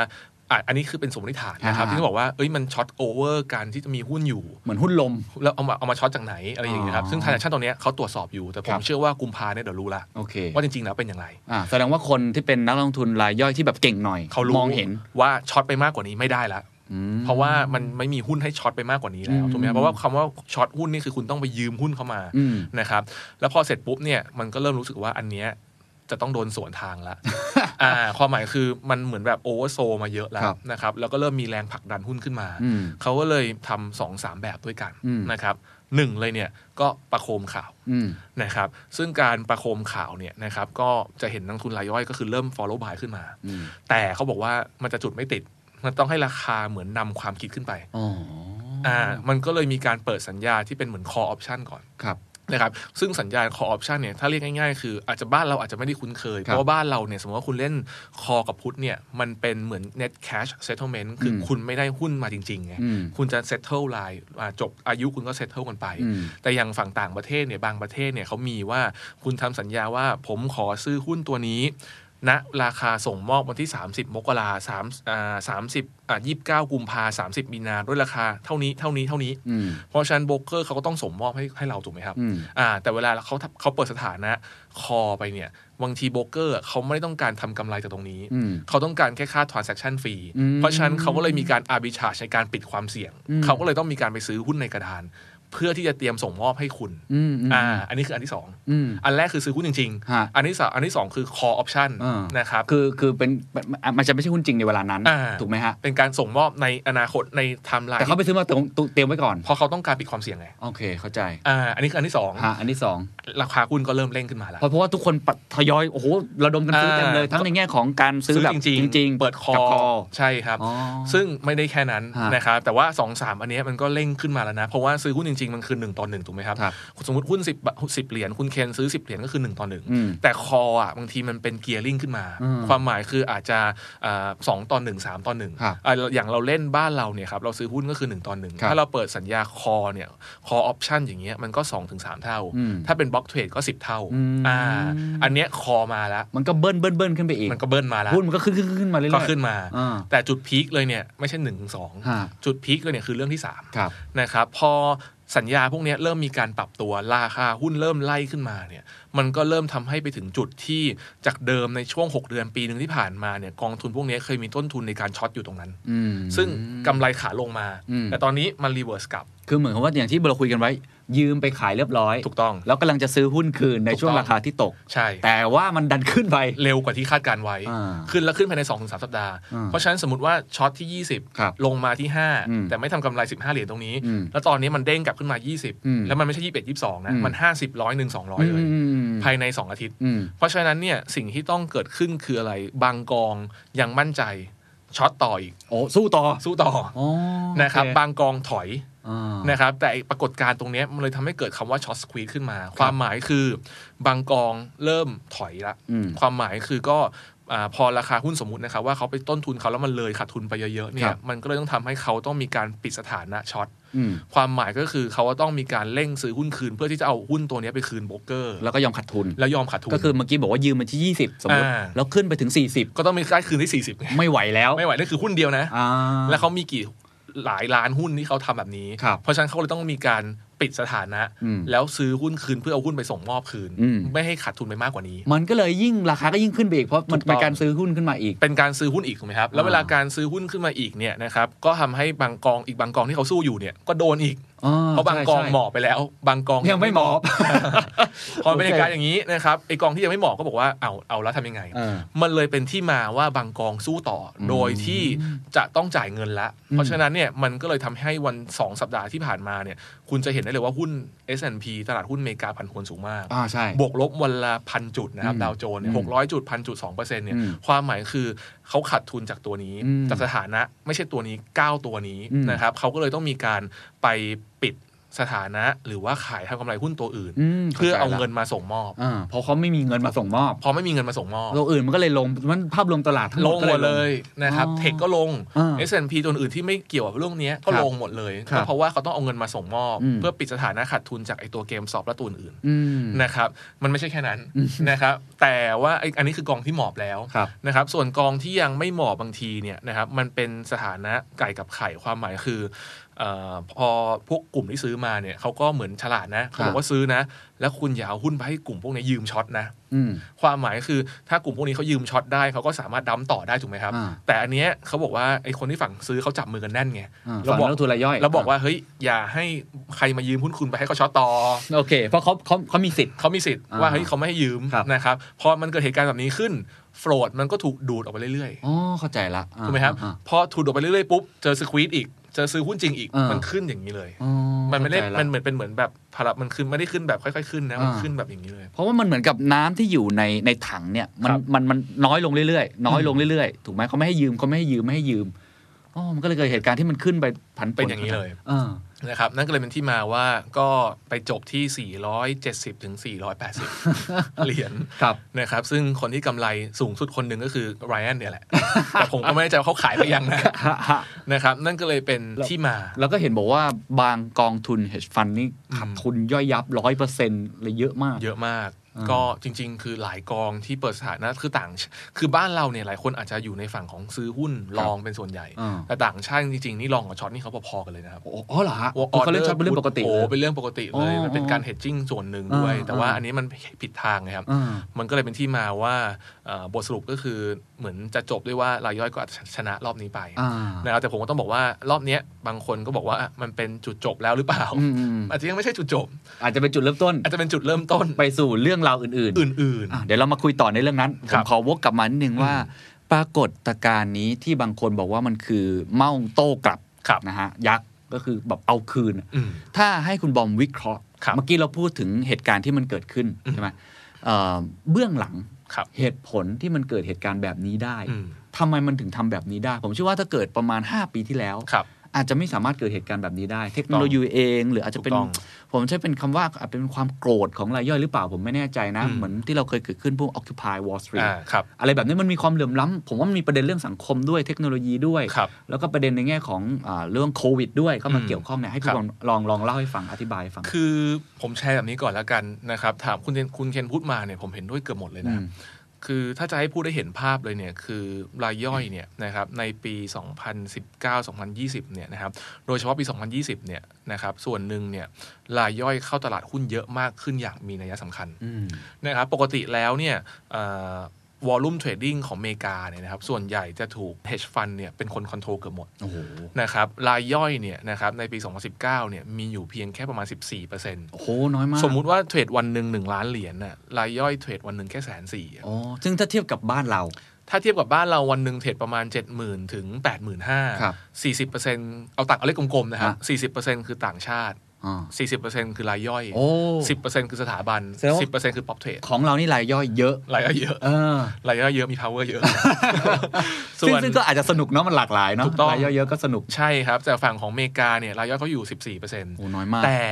[SPEAKER 2] อ่ะอันนี้คือเป็นสมมติฐานนะครับ
[SPEAKER 1] อ่า
[SPEAKER 2] ที่เขาบอกว่าเอ้ยมันช็อตโอเวอร์การที่จะมีหุ้นอยู่
[SPEAKER 1] เหมือนหุ้นลม
[SPEAKER 2] แล้วเอามาเอามาช็อตจากไหนอะไรอย่างเงี้ยครับ
[SPEAKER 1] อ๋อ
[SPEAKER 2] ซึ่งทางชันตอนเนี้ยเขาตรวจสอบอยู่แต่ผ
[SPEAKER 1] ครั
[SPEAKER 2] ม
[SPEAKER 1] บ
[SPEAKER 2] เชื่อว่ากุมภาเนี่ยเดี๋ยวรู้ละ
[SPEAKER 1] โอเค
[SPEAKER 2] ว่าจริงๆแล้วเป็นอย่างไร
[SPEAKER 1] อ่าแสดงว่าคนที่เป็นนักลงทุนรายย่อยที่แบบเก่งหน่อย
[SPEAKER 2] เขารู้
[SPEAKER 1] มองเห็น
[SPEAKER 2] ว่าช็อตไปมากกว่านี้ไม่ได้ละ
[SPEAKER 1] อืม
[SPEAKER 2] เพราะว่ามันไม่มีหุ้นให้ช็อตไปมากกว่านี้แล้ว
[SPEAKER 1] อืม
[SPEAKER 2] ถูกไหมครับเพราะว่าคำว่าช็อตหุ้นนี่คือคุณต้องไปยืมหุ้นเข้ามา
[SPEAKER 1] อืม
[SPEAKER 2] นะครับแล้วพอเสร็จปุ๊บเนี่ยมันก็เริ่มรู้สึกว่าอันเนี้ยจะต้องโดนสวนทาง ละ อ่าความหมายคือมันเหมือนแบบโอเวอร์โซมาเยอะแล้
[SPEAKER 1] ครั
[SPEAKER 2] ว
[SPEAKER 1] บ
[SPEAKER 2] นะครับแล้วก็เริ่มมีแรงผลักดันหุ้นขึ้นมา
[SPEAKER 1] อืม
[SPEAKER 2] เขาก็เลยทำสองสามแบบด้วยกัน
[SPEAKER 1] อืม
[SPEAKER 2] นะครับหนึ่งเลยเนี่ยก็ประโคมข่าว
[SPEAKER 1] อืม
[SPEAKER 2] นะครับซึ่งการประโคมข่าวเนี่ยนะครับก็จะเห็นนักทุนรายย่อยก็คือเริ่ม follow buy ขึ้นมา
[SPEAKER 1] อืม
[SPEAKER 2] แต่เขาบอกว่ามันจะจุดไม่ติด มันต้องให้ราคาเหมือนนำความคิดขึ้นไป
[SPEAKER 1] อ๋อ
[SPEAKER 2] อ่ามันก็เลยมีการเปิดสัญญาที่เป็นเหมือน call option ก่อน
[SPEAKER 1] ครับ
[SPEAKER 2] นะครับซึ่งสัญญา call option เนี่ยถ้าเรียกง่ายๆ คืออาจจะบ้านเราอาจจะไม่ได้คุ้นเคย
[SPEAKER 1] ครับ
[SPEAKER 2] เพราะว่าบ้านเราเนี่ยสมมติว่าคุณเล่น call กับพุทเนี่ยมันเป็นเหมือน net cash settlement คืออ
[SPEAKER 1] ม
[SPEAKER 2] คุณไม่ได้หุ้นมาจริงๆไง
[SPEAKER 1] อืม
[SPEAKER 2] คุณจะ settle ลายอ่าจบอายุคุณก็ settle กันไป
[SPEAKER 1] อืม
[SPEAKER 2] แต่อย่างฝั่งต่างประเทศเนี่ยบางประเทศเนี่ยเขามีว่าคุณทำสัญญาว่าผมขอซื้อหุ้นตัวนี้ณราคาส่งมอบวันที่ 30 มกราสามอ่าสามสิบอ่ายี่สิบเก้ากุมภาสามสิบมีนาด้วยราคาเท่านี้เท่านี้เท่านี้
[SPEAKER 1] อืม
[SPEAKER 2] เพราะฉะนั้นโบรกเกอร์เขาก็ต้องส่งมอบให้ให้เราถูกไหมครับ
[SPEAKER 1] อืม
[SPEAKER 2] อ่าแต่เวลาเขาเขาเปิดสถานะคอไปเนี่ยบางทีโบรกเกอร์เขาไม่ได้ต้องการทำกำไรจากตรงนี้
[SPEAKER 1] อืม
[SPEAKER 2] เขาต้องการแค่ค่า transaction fee
[SPEAKER 1] อืม
[SPEAKER 2] เพราะฉะนั้นเขาก็เลยมีการ arbitrage ในการปิดความเสี่ยง
[SPEAKER 1] อืม
[SPEAKER 2] เขาก็เลยต้องมีการไปซื้อหุ้นในกระดาน เพื่อที่จะเตรียมส่งมอบให้คุณ
[SPEAKER 1] อืม
[SPEAKER 2] อ่า อันนี้คืออันที่สอง
[SPEAKER 1] อืม
[SPEAKER 2] อันแรกคือซื้อหุ้นจริง
[SPEAKER 1] ฮะ
[SPEAKER 2] ๆ อันที่สามอันที่สองคือ call option
[SPEAKER 1] อ่าน
[SPEAKER 2] นะครับ
[SPEAKER 1] คือคือเป็นมันมันจะไม่ใช่หุ้นจริงในเวลานั้น
[SPEAKER 2] อ่า
[SPEAKER 1] ถูกไหมฮะ
[SPEAKER 2] เป็นการส่งมอบในอนาคตในไทม์ไลน์
[SPEAKER 1] แต่เขาไปซื้อมาเตรียมเตรียมไว้ก่อน
[SPEAKER 2] เพราะเขาต้องการปิดความเสี่ยงไง
[SPEAKER 1] โอเค เข้าใจ
[SPEAKER 2] อ่า อันนี้คืออันที่สอง
[SPEAKER 1] ฮะอันที่สอง
[SPEAKER 2] ราคาหุ้นก็เริ่มเร่งขึ้นมาแล้ว
[SPEAKER 1] เพราะเพราะว่าทุกคนปะทยอยโอ้โหระดมกันซื้อเต็มเลย
[SPEAKER 2] อ่า
[SPEAKER 1] ทั้งในแง่ของการซื้อแบบจริง ๆ
[SPEAKER 2] เปิดคอ
[SPEAKER 1] กับคอ
[SPEAKER 2] ใช่ครับ
[SPEAKER 1] อ๋อ
[SPEAKER 2] ซึ่งไม่ได้แค่นั้น
[SPEAKER 1] ฮะ
[SPEAKER 2] นะครับแต่ว่า 2 3 อันเนี้ยมันก็เร่งขึ้นมาแล้วนะ เพราะว่าซื้อหุ้นจริง ๆ มันคือ 1 ต่อ 1 ถูกไหมครับ
[SPEAKER 1] ครับ
[SPEAKER 2] สมมติหุ้น 10บาท10 เหรียญคุณเคนซื้อ 10 เหรียญก็คือ 1 ต่อ
[SPEAKER 1] อืม
[SPEAKER 2] 1 แต่คออ่ะบางทีมันเป็นเกียร์ลิงขึ้นมา
[SPEAKER 1] อืม
[SPEAKER 2] ความหมายคืออาจจะอ่าสองต่อ 1 3 ต่อ1
[SPEAKER 1] ครับ
[SPEAKER 2] อ่าอย่างเราเล่นบ้านเราเนี่ยครับเราซื้อหุ้นก็คือ 1 ต่อ 1
[SPEAKER 1] ครับ
[SPEAKER 2] ถ้าเราเปิดสัญญาคอเนี่ยคอออปชันอย่างเงี้ยมันก็2-3ถึงสามเท่า
[SPEAKER 1] อืม
[SPEAKER 2] ถ้าเป็นบล็อกเทรดก็10 เท่า
[SPEAKER 1] อืม
[SPEAKER 2] อ่าอันเนี้ยคอมาแล้ว
[SPEAKER 1] มันก็เบิ้ลเบิ้ลเบิ้ลขึ้นไปอีก
[SPEAKER 2] มันก็เบิ้ลมาแล้ว
[SPEAKER 1] หุ้นมันก็ขึ้นขึ้นขึ้นขึ้นมาเรื่อยๆ
[SPEAKER 2] ก็ขึ้นมา
[SPEAKER 1] อ่า
[SPEAKER 2] แต่จุดพีคเลยเนี่ยไม่ใช่หนึ่งถึงสอง
[SPEAKER 1] ฮะ
[SPEAKER 2] จุดพีคเลยเนี่ยคือเรื่องที่สาม
[SPEAKER 1] ครับ
[SPEAKER 2] นะครับพอสัญญาพวกเนี้ยเริ่มมีการปรับตัวราคาหุ้นเริ่มไล่ขึ้นมาเนี่ยมันก็เริ่มทำให้ไปถึงจุดที่จากเดิมในช่วง 6 เดือนปีหนึ่งที่ผ่านมาเนี่ยกองทุนพวกเนี้ยเคยมีต้นทุนในการช็อตอยู่ตรงนั้น
[SPEAKER 1] อืม
[SPEAKER 2] ซึ่งกำไรขาลงมา
[SPEAKER 1] อืม
[SPEAKER 2] แต่ตอนนี้มันรีเวิร์สกลับ
[SPEAKER 1] คือเหมือนกับว่าอย่างที่เราคุยกันไว้ ยืมไปขายเรียบร้อย
[SPEAKER 2] ถูกต้อง
[SPEAKER 1] แล้วกำลังจะซื้อหุ้นคืนใน
[SPEAKER 2] ถูกต้อง
[SPEAKER 1] ช่วงราคาที่ตก
[SPEAKER 2] ใช่
[SPEAKER 1] แต่ว่ามันดันขึ้นไป
[SPEAKER 2] เร็วกว่าที่คาดการไว้
[SPEAKER 1] อ่า
[SPEAKER 2] ขึ้นแล้วขึ้นภายใน2อถึงสสัปดาห์
[SPEAKER 1] อ่า
[SPEAKER 2] เพราะฉะนั้นสมมติว่าช็อตที่
[SPEAKER 1] ครับ
[SPEAKER 2] 20 ลงมาที่
[SPEAKER 1] อืม
[SPEAKER 2] 5 แต่ไม่ทำกำไร 15 เหรียญตรงนี้
[SPEAKER 1] อืม
[SPEAKER 2] แล้วตอนนี้มันเด้งกลับขึ้นมา
[SPEAKER 1] อืม
[SPEAKER 2] 20 แล้วมันไม่ใช่ 21 22 นะ
[SPEAKER 1] อืม
[SPEAKER 2] มัน 50ร้อยหนึ่งสองร้อยเลย
[SPEAKER 1] อืม
[SPEAKER 2] ภายใน 2 อาทิตย์
[SPEAKER 1] อืม
[SPEAKER 2] เพราะฉะนั้นเนี่ยสิ่งที่ต้องเกิดขึ้นคืออะไรบางกองยังมั่นใจช็อตต่ออีก
[SPEAKER 1] โอ้สู้ต่อ
[SPEAKER 2] สู้ต่อ
[SPEAKER 1] อ๋อ
[SPEAKER 2] นะครับ
[SPEAKER 1] โอเ
[SPEAKER 2] บางกองถอย
[SPEAKER 1] อ่า
[SPEAKER 2] นะครับแต่ไอ้ปรากฏการณ์ตรงเนี้ยมันเลยทำให้เกิดคำว่าช็อตสควีดขึ้นมา ความหมายคือบางกองเริ่มถอยละ
[SPEAKER 1] อืม
[SPEAKER 2] ความหมายคือก็อ่าพอราคาหุ้นสมมตินะครับว่าเขาไปต้นทุนเขาแล้วมันเลยขาดทุนไปเยอะๆเนี่
[SPEAKER 1] ครั
[SPEAKER 2] ย
[SPEAKER 1] บ
[SPEAKER 2] มันก็เลยต้องทำให้เขาต้องมีการปิดสถานะช็อต
[SPEAKER 1] อืม
[SPEAKER 2] ความหมายก็คือเขาต้องมีการเร่งซื้อหุ้นคืน เพื่อที่จะเอาหุ้นตัวเนี้ยไปคืนโบรกเกอร์
[SPEAKER 1] แล้วก็ยอมขาดทุน
[SPEAKER 2] แล้วยอมขาดทุน
[SPEAKER 1] ก็คือเมื่อกี้บอกว่ายืมมาที่ 20 สมมติ
[SPEAKER 2] อ่า
[SPEAKER 1] แล้วขึ้นไปถึง
[SPEAKER 2] ก็ต้องมีได้คืนที่40ไง
[SPEAKER 1] 40 ไม่ไหวแล้ว
[SPEAKER 2] ไม่ไหวนั่นคือหุ้นเดียวนะ
[SPEAKER 1] อ่า
[SPEAKER 2] แล้วเขามีกี่หลายล้านหุ้นที่เขาทำแบบนี้
[SPEAKER 1] ครับ
[SPEAKER 2] เพราะฉะนั้นเขาเลยต้องมีการปิดสถานะ
[SPEAKER 1] อืม
[SPEAKER 2] แล้วซื้อหุ้นคืนเพื่อเอาหุ้นไปส่งมอบคืน
[SPEAKER 1] อืม
[SPEAKER 2] ไม่ให้ขาดทุนไปมากกว่านี้
[SPEAKER 1] มันก็เลยยิ่งราคาก็ยิ่งขึ้นไปอีก เพราะมัน
[SPEAKER 2] ถูกต้อง
[SPEAKER 1] เป็นการซื้อหุ้นขึ้นมาอีก
[SPEAKER 2] เป็นการซื้อหุ้นอีกถูกไหมครับ แล้วเวลาการซื้อหุ้นขึ้นมาอีกเนี่ยนะครับ ก็ทำให้บางกองอีกบางกองที่เขาสู้อยู่เนี่ยก็โดนอีก
[SPEAKER 1] อ่
[SPEAKER 2] เพราะบางกอง
[SPEAKER 1] ใช่
[SPEAKER 2] หมอบไปแล้ว บางกอง
[SPEAKER 1] ยังไม่หมอบ
[SPEAKER 2] พอเป็นเหตุการณ์อย่างนี้นะครับไอกองที่ยังไม่หมอบก็บอกว่าเอาเอาแล้วทำยังไง
[SPEAKER 1] เออ
[SPEAKER 2] มันเลยเป็นที่มาว่าบางกองสู้ต่ออโดยที่จะต้องจ่ายเงินละ เพราะฉะนั้นเนี่ยมันก็เลยทำให้วัน 2 สัปดาห์ที่ผ่านมาเนี่ยคุณจะเห็นได้เลยว่าหุ้น S&P ตลาดหุ้นอเมริกาผันผวนสูงมาก
[SPEAKER 1] อ่าใช่
[SPEAKER 2] บวกลบวันละพันจุดนะครับ
[SPEAKER 1] อืม
[SPEAKER 2] ดาวโจนส์เนี่ย
[SPEAKER 1] อืม
[SPEAKER 2] หกร้อยจุดพันจุดสองเปอร์เซ็นต์เนี่ย
[SPEAKER 1] อืม
[SPEAKER 2] ความหมายคือเขาขาดทุนจากตัวนี้
[SPEAKER 1] อืม
[SPEAKER 2] จากสถานะไม่ใช่ตัวนี้เก้าตัวนี้
[SPEAKER 1] อืม
[SPEAKER 2] นะครับเขาก็เลยต้องมีการไปปิดสถานะ หรือว่าขายทำกำไรหุ้นตัวอื่น
[SPEAKER 1] ม
[SPEAKER 2] เพื่อเอา
[SPEAKER 1] ข้ใจละ
[SPEAKER 2] เงินมาส่งมอบ
[SPEAKER 1] อ่าเพราะเขาไม่มีเงินมาส่งมอบ
[SPEAKER 2] พอไม่มีเงินมาส่งมอบ
[SPEAKER 1] ตัวอื่นมันก็เลยลงมันภาพรวมตลาดทั้งห
[SPEAKER 2] ล
[SPEAKER 1] มด
[SPEAKER 2] ง
[SPEAKER 1] ก็
[SPEAKER 2] หมดเลยนะครับ
[SPEAKER 1] อ๋อ
[SPEAKER 2] เทคก็ลง
[SPEAKER 1] อ่า
[SPEAKER 2] S&P ตัวอื่นที่ไม่เกี่ยวกับเรื่องเนี้ยก็
[SPEAKER 1] ครับ
[SPEAKER 2] ลงหมดเลย
[SPEAKER 1] ครับ
[SPEAKER 2] ก็เพราะว่าเขาต้องเอาเงินมาส่งมอบ
[SPEAKER 1] อืม
[SPEAKER 2] เพื่อปิดสถานะขาดทุนจากไอตัวเกมสอบและตัวอื่น
[SPEAKER 1] อืม
[SPEAKER 2] ๆนะครับ มันไม่ใช่แค่นั้นนะครับ แต่ว่าไอ้อันนี้คือกองที่หมอบแล้ว
[SPEAKER 1] ครับ
[SPEAKER 2] นะครับ ส่วนกองที่ยังไม่หมอบบางทีเนี่ยนะครับ มันเป็นสถานะไก่กับไข่ความหมายคือเออพอพวกกลุ่มที่ซื้อมาเนี่ยเขาก็เหมือนฉลาดนะเขาบอกว่าซื้อนะ แล้วคุณอย่าเอาหุ้นไปให้กลุ่มพวกนี้ยืมช็อตนะ
[SPEAKER 1] อืม
[SPEAKER 2] ความหมายคือถ้ากลุ่มพวกนี้เขายืมช็อตได้เขาก็สามารถดั้มต่อได้ถูกไหมครับ
[SPEAKER 1] อ่า
[SPEAKER 2] แต่อันเนี้ยเขาบอกว่าไอ้คนที่ฝั่งซื้อเขาจับมือกันแน่นไง
[SPEAKER 1] อ่า
[SPEAKER 2] แล้ว
[SPEAKER 1] ฝั่ง
[SPEAKER 2] บอก
[SPEAKER 1] นักลงทุนรายย่อย
[SPEAKER 2] แล้วบอกว่าเฮ้ยอย่าให้ใครมายืมหุ้นคุณไปให้เขาช็อตต่อ
[SPEAKER 1] โอเค เพราะเขาเขาเขามีสิทธิ์
[SPEAKER 2] เขามีสิทธิ์
[SPEAKER 1] อ่า
[SPEAKER 2] ว่าเฮ้ยเขาไม่ให้ยืม
[SPEAKER 1] ครับ
[SPEAKER 2] นะครับพอมันเกิดเหตุการณ์แบบนี้ขึ้นโฟลดมันก็ถูกดูดออกไปเรื่อย
[SPEAKER 1] อ๋อเข้าใจละอ่า
[SPEAKER 2] ๆถูกไหมครับ
[SPEAKER 1] อ่า
[SPEAKER 2] พอถูกดูดออกไปเรื่อยๆปุ๊บเจอสควีดอีกเจอซื้อหุ้นจริงอีก
[SPEAKER 1] อ่ามั
[SPEAKER 2] มันขึ้นอย่างนี้เลย
[SPEAKER 1] อ๋อ
[SPEAKER 2] มันไม่ได้
[SPEAKER 1] เข้าใจละ
[SPEAKER 2] มันเหมือนเป็นเหมือนแบบพารามันขึ้นไม่ได้ขึ้นแบบค่อยๆขึ้นนะมัน
[SPEAKER 1] อ่า
[SPEAKER 2] ขึ้นแบบอย่างนี้เลย
[SPEAKER 1] เพราะว่ามันเหมือนกับน้ำที่อยู่ในในถังเนี่ยมัน
[SPEAKER 2] ครับ
[SPEAKER 1] มันมันน้อยลงเรื่อยๆ น้อยลงเรื่อยๆ ถูกไหมเขาไม่ให้ยืมเขาไม่ให้ยืมไม่ให้ยืมอ๋อมันก็เลยเกิดเหตุการณ์ที่มันขึ้นไปผันผว
[SPEAKER 2] เป็นอย่างนี้เลย
[SPEAKER 1] อ่า
[SPEAKER 2] นะครับนั่นก็เลยเป็นที่มาว่าก็ไปจบที่ 470 ถึง 480 เหรียญ
[SPEAKER 1] ครับ
[SPEAKER 2] นะครับซึ่งคนที่กำไรสูงสุดคนหนึ่งก็คือไรอันเนี่ยแหละ แต่ผมก็ไม่แน่ใจว่าเขาขายไปยังนะ นะครับ นั่นก็เลยเป็นที่มา
[SPEAKER 1] แล้วก็เห็นบอกว่าบางกองทุน hedge fund นี่
[SPEAKER 2] อืม
[SPEAKER 1] ขาดทุนย่อยยับร้อยเปอร์เซ็นต์เลยเยอะมาก
[SPEAKER 2] เยอะมาก
[SPEAKER 1] อ่า
[SPEAKER 2] ก็จริง ๆ คือหลายกองที่เปิดสถานะคือต่าง คือบ้านเราเนี่ยหลายคนอาจจะอยู่ในฝั่งของซื้อหุ้นลองเป็นส่วนใหญ่
[SPEAKER 1] อ่า
[SPEAKER 2] แต่ต่างชาติจริง ๆ นี่ลองกับช็อตนี่เขาพอๆกันเลยนะครับ
[SPEAKER 1] โอ้อ๋อเหรอฮะ
[SPEAKER 2] ออ
[SPEAKER 1] เขาเล่นช็อตเป็นเรื่องปกติ
[SPEAKER 2] โอ้
[SPEAKER 1] เลย
[SPEAKER 2] เป็นเรื่องปกติเลย
[SPEAKER 1] อ๋อ
[SPEAKER 2] มันเป็นการ hedging ส่วนหนึ่งด้วย
[SPEAKER 1] อ่า
[SPEAKER 2] แต่ว่า
[SPEAKER 1] อ่า
[SPEAKER 2] อันนี้มันผิดทางนะครับ
[SPEAKER 1] อ่า
[SPEAKER 2] มันก็เลยเป็นที่มาว่าเอ่อบทสรุปก็คือเหมือนจะจบด้วยว่ารายย่อยก็อาจจะชนะรอบนี้ไป
[SPEAKER 1] อ่า
[SPEAKER 2] นะครับแต่ผมก็ต้องบอกว่ารอบเนี้ยบางคนก็บอกว่ามันเป็นจุดจบแล้วหรือเปล่า
[SPEAKER 1] อืมอืม
[SPEAKER 2] อาจจะยังไม่ใช่จุดจบ
[SPEAKER 1] อาจจะเป็นจุดเริ่มต้น
[SPEAKER 2] อาจจะเป็นจุดเริ่มต้น
[SPEAKER 1] ไปสู่เรื่องราวอื่นๆ
[SPEAKER 2] อื่น
[SPEAKER 1] อ่ะเดี๋ยวเรามาคุยต่อในเรื่องนั้นผ
[SPEAKER 2] ครั
[SPEAKER 1] ม
[SPEAKER 2] บ
[SPEAKER 1] ขอวกกลับมานิดนึงว่า ปรากฏการณ์นี้ที่บางคนบอกว่ามันคือเมาโต้กลับ
[SPEAKER 2] ครับ
[SPEAKER 1] นะฮะยักษ์ก็คือแบบเอาคืน
[SPEAKER 2] ๆอืม
[SPEAKER 1] ถ้าให้คุณบอมวิเคราะห์
[SPEAKER 2] ครับ
[SPEAKER 1] เมื่อกี้เราพูดถึงเหตุการณ์ที่มันเกิดขึ้นใช่ไหมเอ่อเบื้องหลัง
[SPEAKER 2] ครับ
[SPEAKER 1] เหตุผลที่มันเกิดเหตุการณ์แบบนี้ได้
[SPEAKER 2] อืม
[SPEAKER 1] ทำไมมันถึงทำแบบนี้ได้ ผมเชื่อว่าถ้าเกิดประมาณ 5 ปีที่แล้ว
[SPEAKER 2] ครับ
[SPEAKER 1] อาจจะไม่สามารถเกิดเหตุการณ์แบบนี้ได้ เทคโนโลยีเอง หรืออาจจะเป็น
[SPEAKER 2] ถูกต้อง
[SPEAKER 1] ผมใช้เป็นคำว่าอาจเป็นความโกรธของรายย่อยหรือเปล่าผมไม่แน่ใจนะ
[SPEAKER 2] อืม
[SPEAKER 1] เหมือนที่เราเคยเกิดขึ้นพวก Occupy Wall
[SPEAKER 2] อ่า
[SPEAKER 1] Street
[SPEAKER 2] ครับ
[SPEAKER 1] อะไรแบบนี้มันมีความเหลื่อมล้ำผมว่ามันมีประเด็นเรื่องสังคมด้วยเทคโนโลยีด้วย
[SPEAKER 2] ครับ
[SPEAKER 1] แล้วก็ประเด็นในแง่ของอาเรื่องโควิดด้วยเข้ามา
[SPEAKER 2] อืม
[SPEAKER 1] เกี่ยวข้องเนี่ยให้
[SPEAKER 2] ครั
[SPEAKER 1] พี่
[SPEAKER 2] บ
[SPEAKER 1] บอลลองลองเล่าให้ฟังอธิบายให้ฟัง
[SPEAKER 2] คือผมแชร์แบบนี้ก่อนแล้วกันนะครับ ถามคุณเคนคุณเคนพูดมาเนี่ยผมเห็นด้วยเกือบหมดเลยนะ
[SPEAKER 1] อืม
[SPEAKER 2] คือถ้าจะให้พูดได้เห็นภาพเลยเนี่ยคือรายย่อยเนี่ยนะครับในปี 2019-2020 เนี่ยนะครับโดยเฉพาะปี 2020 เนี่ยนะครับส่วนหนึ่งเนี่ยรายย่อยเข้าตลาดหุ้นเยอะมากขึ้นอย่างมีนัยสำคัญ
[SPEAKER 1] อืม
[SPEAKER 2] นะครับปกติแล้วเนี่ยวอลลุ่มเทรดดิ้งของอเมริกาเนี่ยนะครับส่วนใหญ่จะถูก hedge fund เนี่ยเป็นคนคอนโทรลเกือบหมด
[SPEAKER 1] โอ้โห
[SPEAKER 2] นะครับรายย่อยเนี่ยนะครับในปี 2019 เนี่ยมีอยู่เพียงแค่ประมาณ 14%
[SPEAKER 1] โอ้โห น้อยมาก
[SPEAKER 2] สมมุติว่าเทรดวันหนึ่งหนึ่งล้านเหรียญน่ะรายย่อยเทรดวันหนึ่งแค่แสนสี่อะ
[SPEAKER 1] อ๋อซึ่งถ้าเทียบกับบ้านเรา
[SPEAKER 2] ถ้าเทียบกับบ้านเราวันหนึ่งเทรดประมาณ 70,000 ถึง 85,000
[SPEAKER 1] ครับ
[SPEAKER 2] 40%เอาต่างเอาเลขกลมๆนะฮะ
[SPEAKER 1] อ่
[SPEAKER 2] 40%คือต่างชาติ
[SPEAKER 1] อ่า
[SPEAKER 2] 40%คือรายย่อย
[SPEAKER 1] โอ้
[SPEAKER 2] 10%คือสถาบัน
[SPEAKER 1] แสดงว่า
[SPEAKER 2] 10%คือ pop trade
[SPEAKER 1] ของเรานี่รายย่อยเยอะ
[SPEAKER 2] รายย่อยเยอะ
[SPEAKER 1] เออ
[SPEAKER 2] รายได้เยอะมี power เยอะ
[SPEAKER 1] ซึ่งซึ่งก็อาจจะสนุกเนาะมันหลากหลายเนาะ
[SPEAKER 2] ถูกต้อง
[SPEAKER 1] รายย่อยเยอะก็สนุก
[SPEAKER 2] ใช่ครับ แต่ฝั่งของอเมริกาเนี่ย รายย่อยเขาอยู่ 14%
[SPEAKER 1] โอ้น้อยมาก
[SPEAKER 2] แต่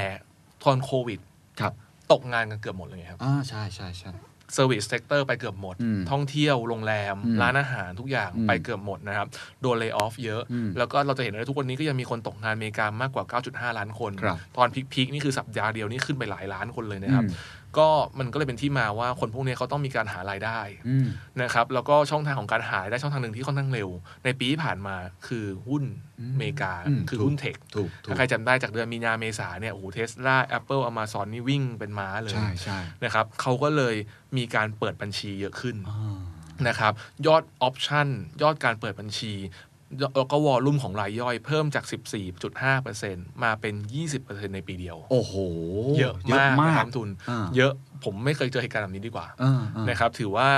[SPEAKER 2] ตอนโควิด
[SPEAKER 1] ครับ
[SPEAKER 2] ตกงานกันเกือบหมดเลยครับ
[SPEAKER 1] อ่าใช่ใช่ใช่
[SPEAKER 2] เซอร์วิสเซกเตอร์ไปเกือบหมด
[SPEAKER 1] อืม
[SPEAKER 2] ท่องเที่ยวโรงแรม
[SPEAKER 1] อืม
[SPEAKER 2] ร้านอาหารทุกอย่าง
[SPEAKER 1] อืม
[SPEAKER 2] ไปเกือบหมดนะครับ โดนเล y o ออฟเยอะ
[SPEAKER 1] อืม
[SPEAKER 2] แล้วก็เราจะเห็นว่าทุกวันนี้ก็ยังมีคนตกงานอเมริกามากกว่า 9.5 ล้านคน
[SPEAKER 1] ครับ
[SPEAKER 2] ตอนพีคๆนี่คือสัปดาห์เดียวนี่ขึ้นไปหลายล้านคนเลยนะครับ
[SPEAKER 1] อืม
[SPEAKER 2] ก็มันก็เลยเป็นที่มาว่าคนพวกเนี้ยเขาต้องมีการหารายได้
[SPEAKER 1] อืม
[SPEAKER 2] นะครับแล้วก็ช่องทางของการหายได้ช่องทางหนึ่งที่ค่อนข้างเร็ว ในปีที่ผ่านมาคือหุ้น
[SPEAKER 1] อืม
[SPEAKER 2] อเมริกา
[SPEAKER 1] อืม
[SPEAKER 2] คือ
[SPEAKER 1] ถูก
[SPEAKER 2] หุ้นเทค
[SPEAKER 1] ถูกถูก
[SPEAKER 2] ถ้าใครจำได้จากเดือนมีนาเมษาเนี่ยโอ้โหเทสลาแอปเปิลอ o มาซอนนี่วิ่งเป็นม้าเลย
[SPEAKER 1] ใช่ใช่
[SPEAKER 2] นะครับเขาก็เลยมีการเปิดบัญชีเยอะขึ้น
[SPEAKER 1] อ่า
[SPEAKER 2] นะครับยอดออปชั่น ยอดการเปิดบัญชีแล้วก็วอลลุ่มของรายย่อยเพิ่มจาก 14.5%มาเป็น 20%ในปีเดียว
[SPEAKER 1] โอ้โห
[SPEAKER 2] เยอะมากนะครับทุน
[SPEAKER 1] อ่า
[SPEAKER 2] เยอะผมไม่เคยเจอเหตุการณ์แบบนี้ดีกว่า
[SPEAKER 1] อ่าอ่า
[SPEAKER 2] นะครับถือว่า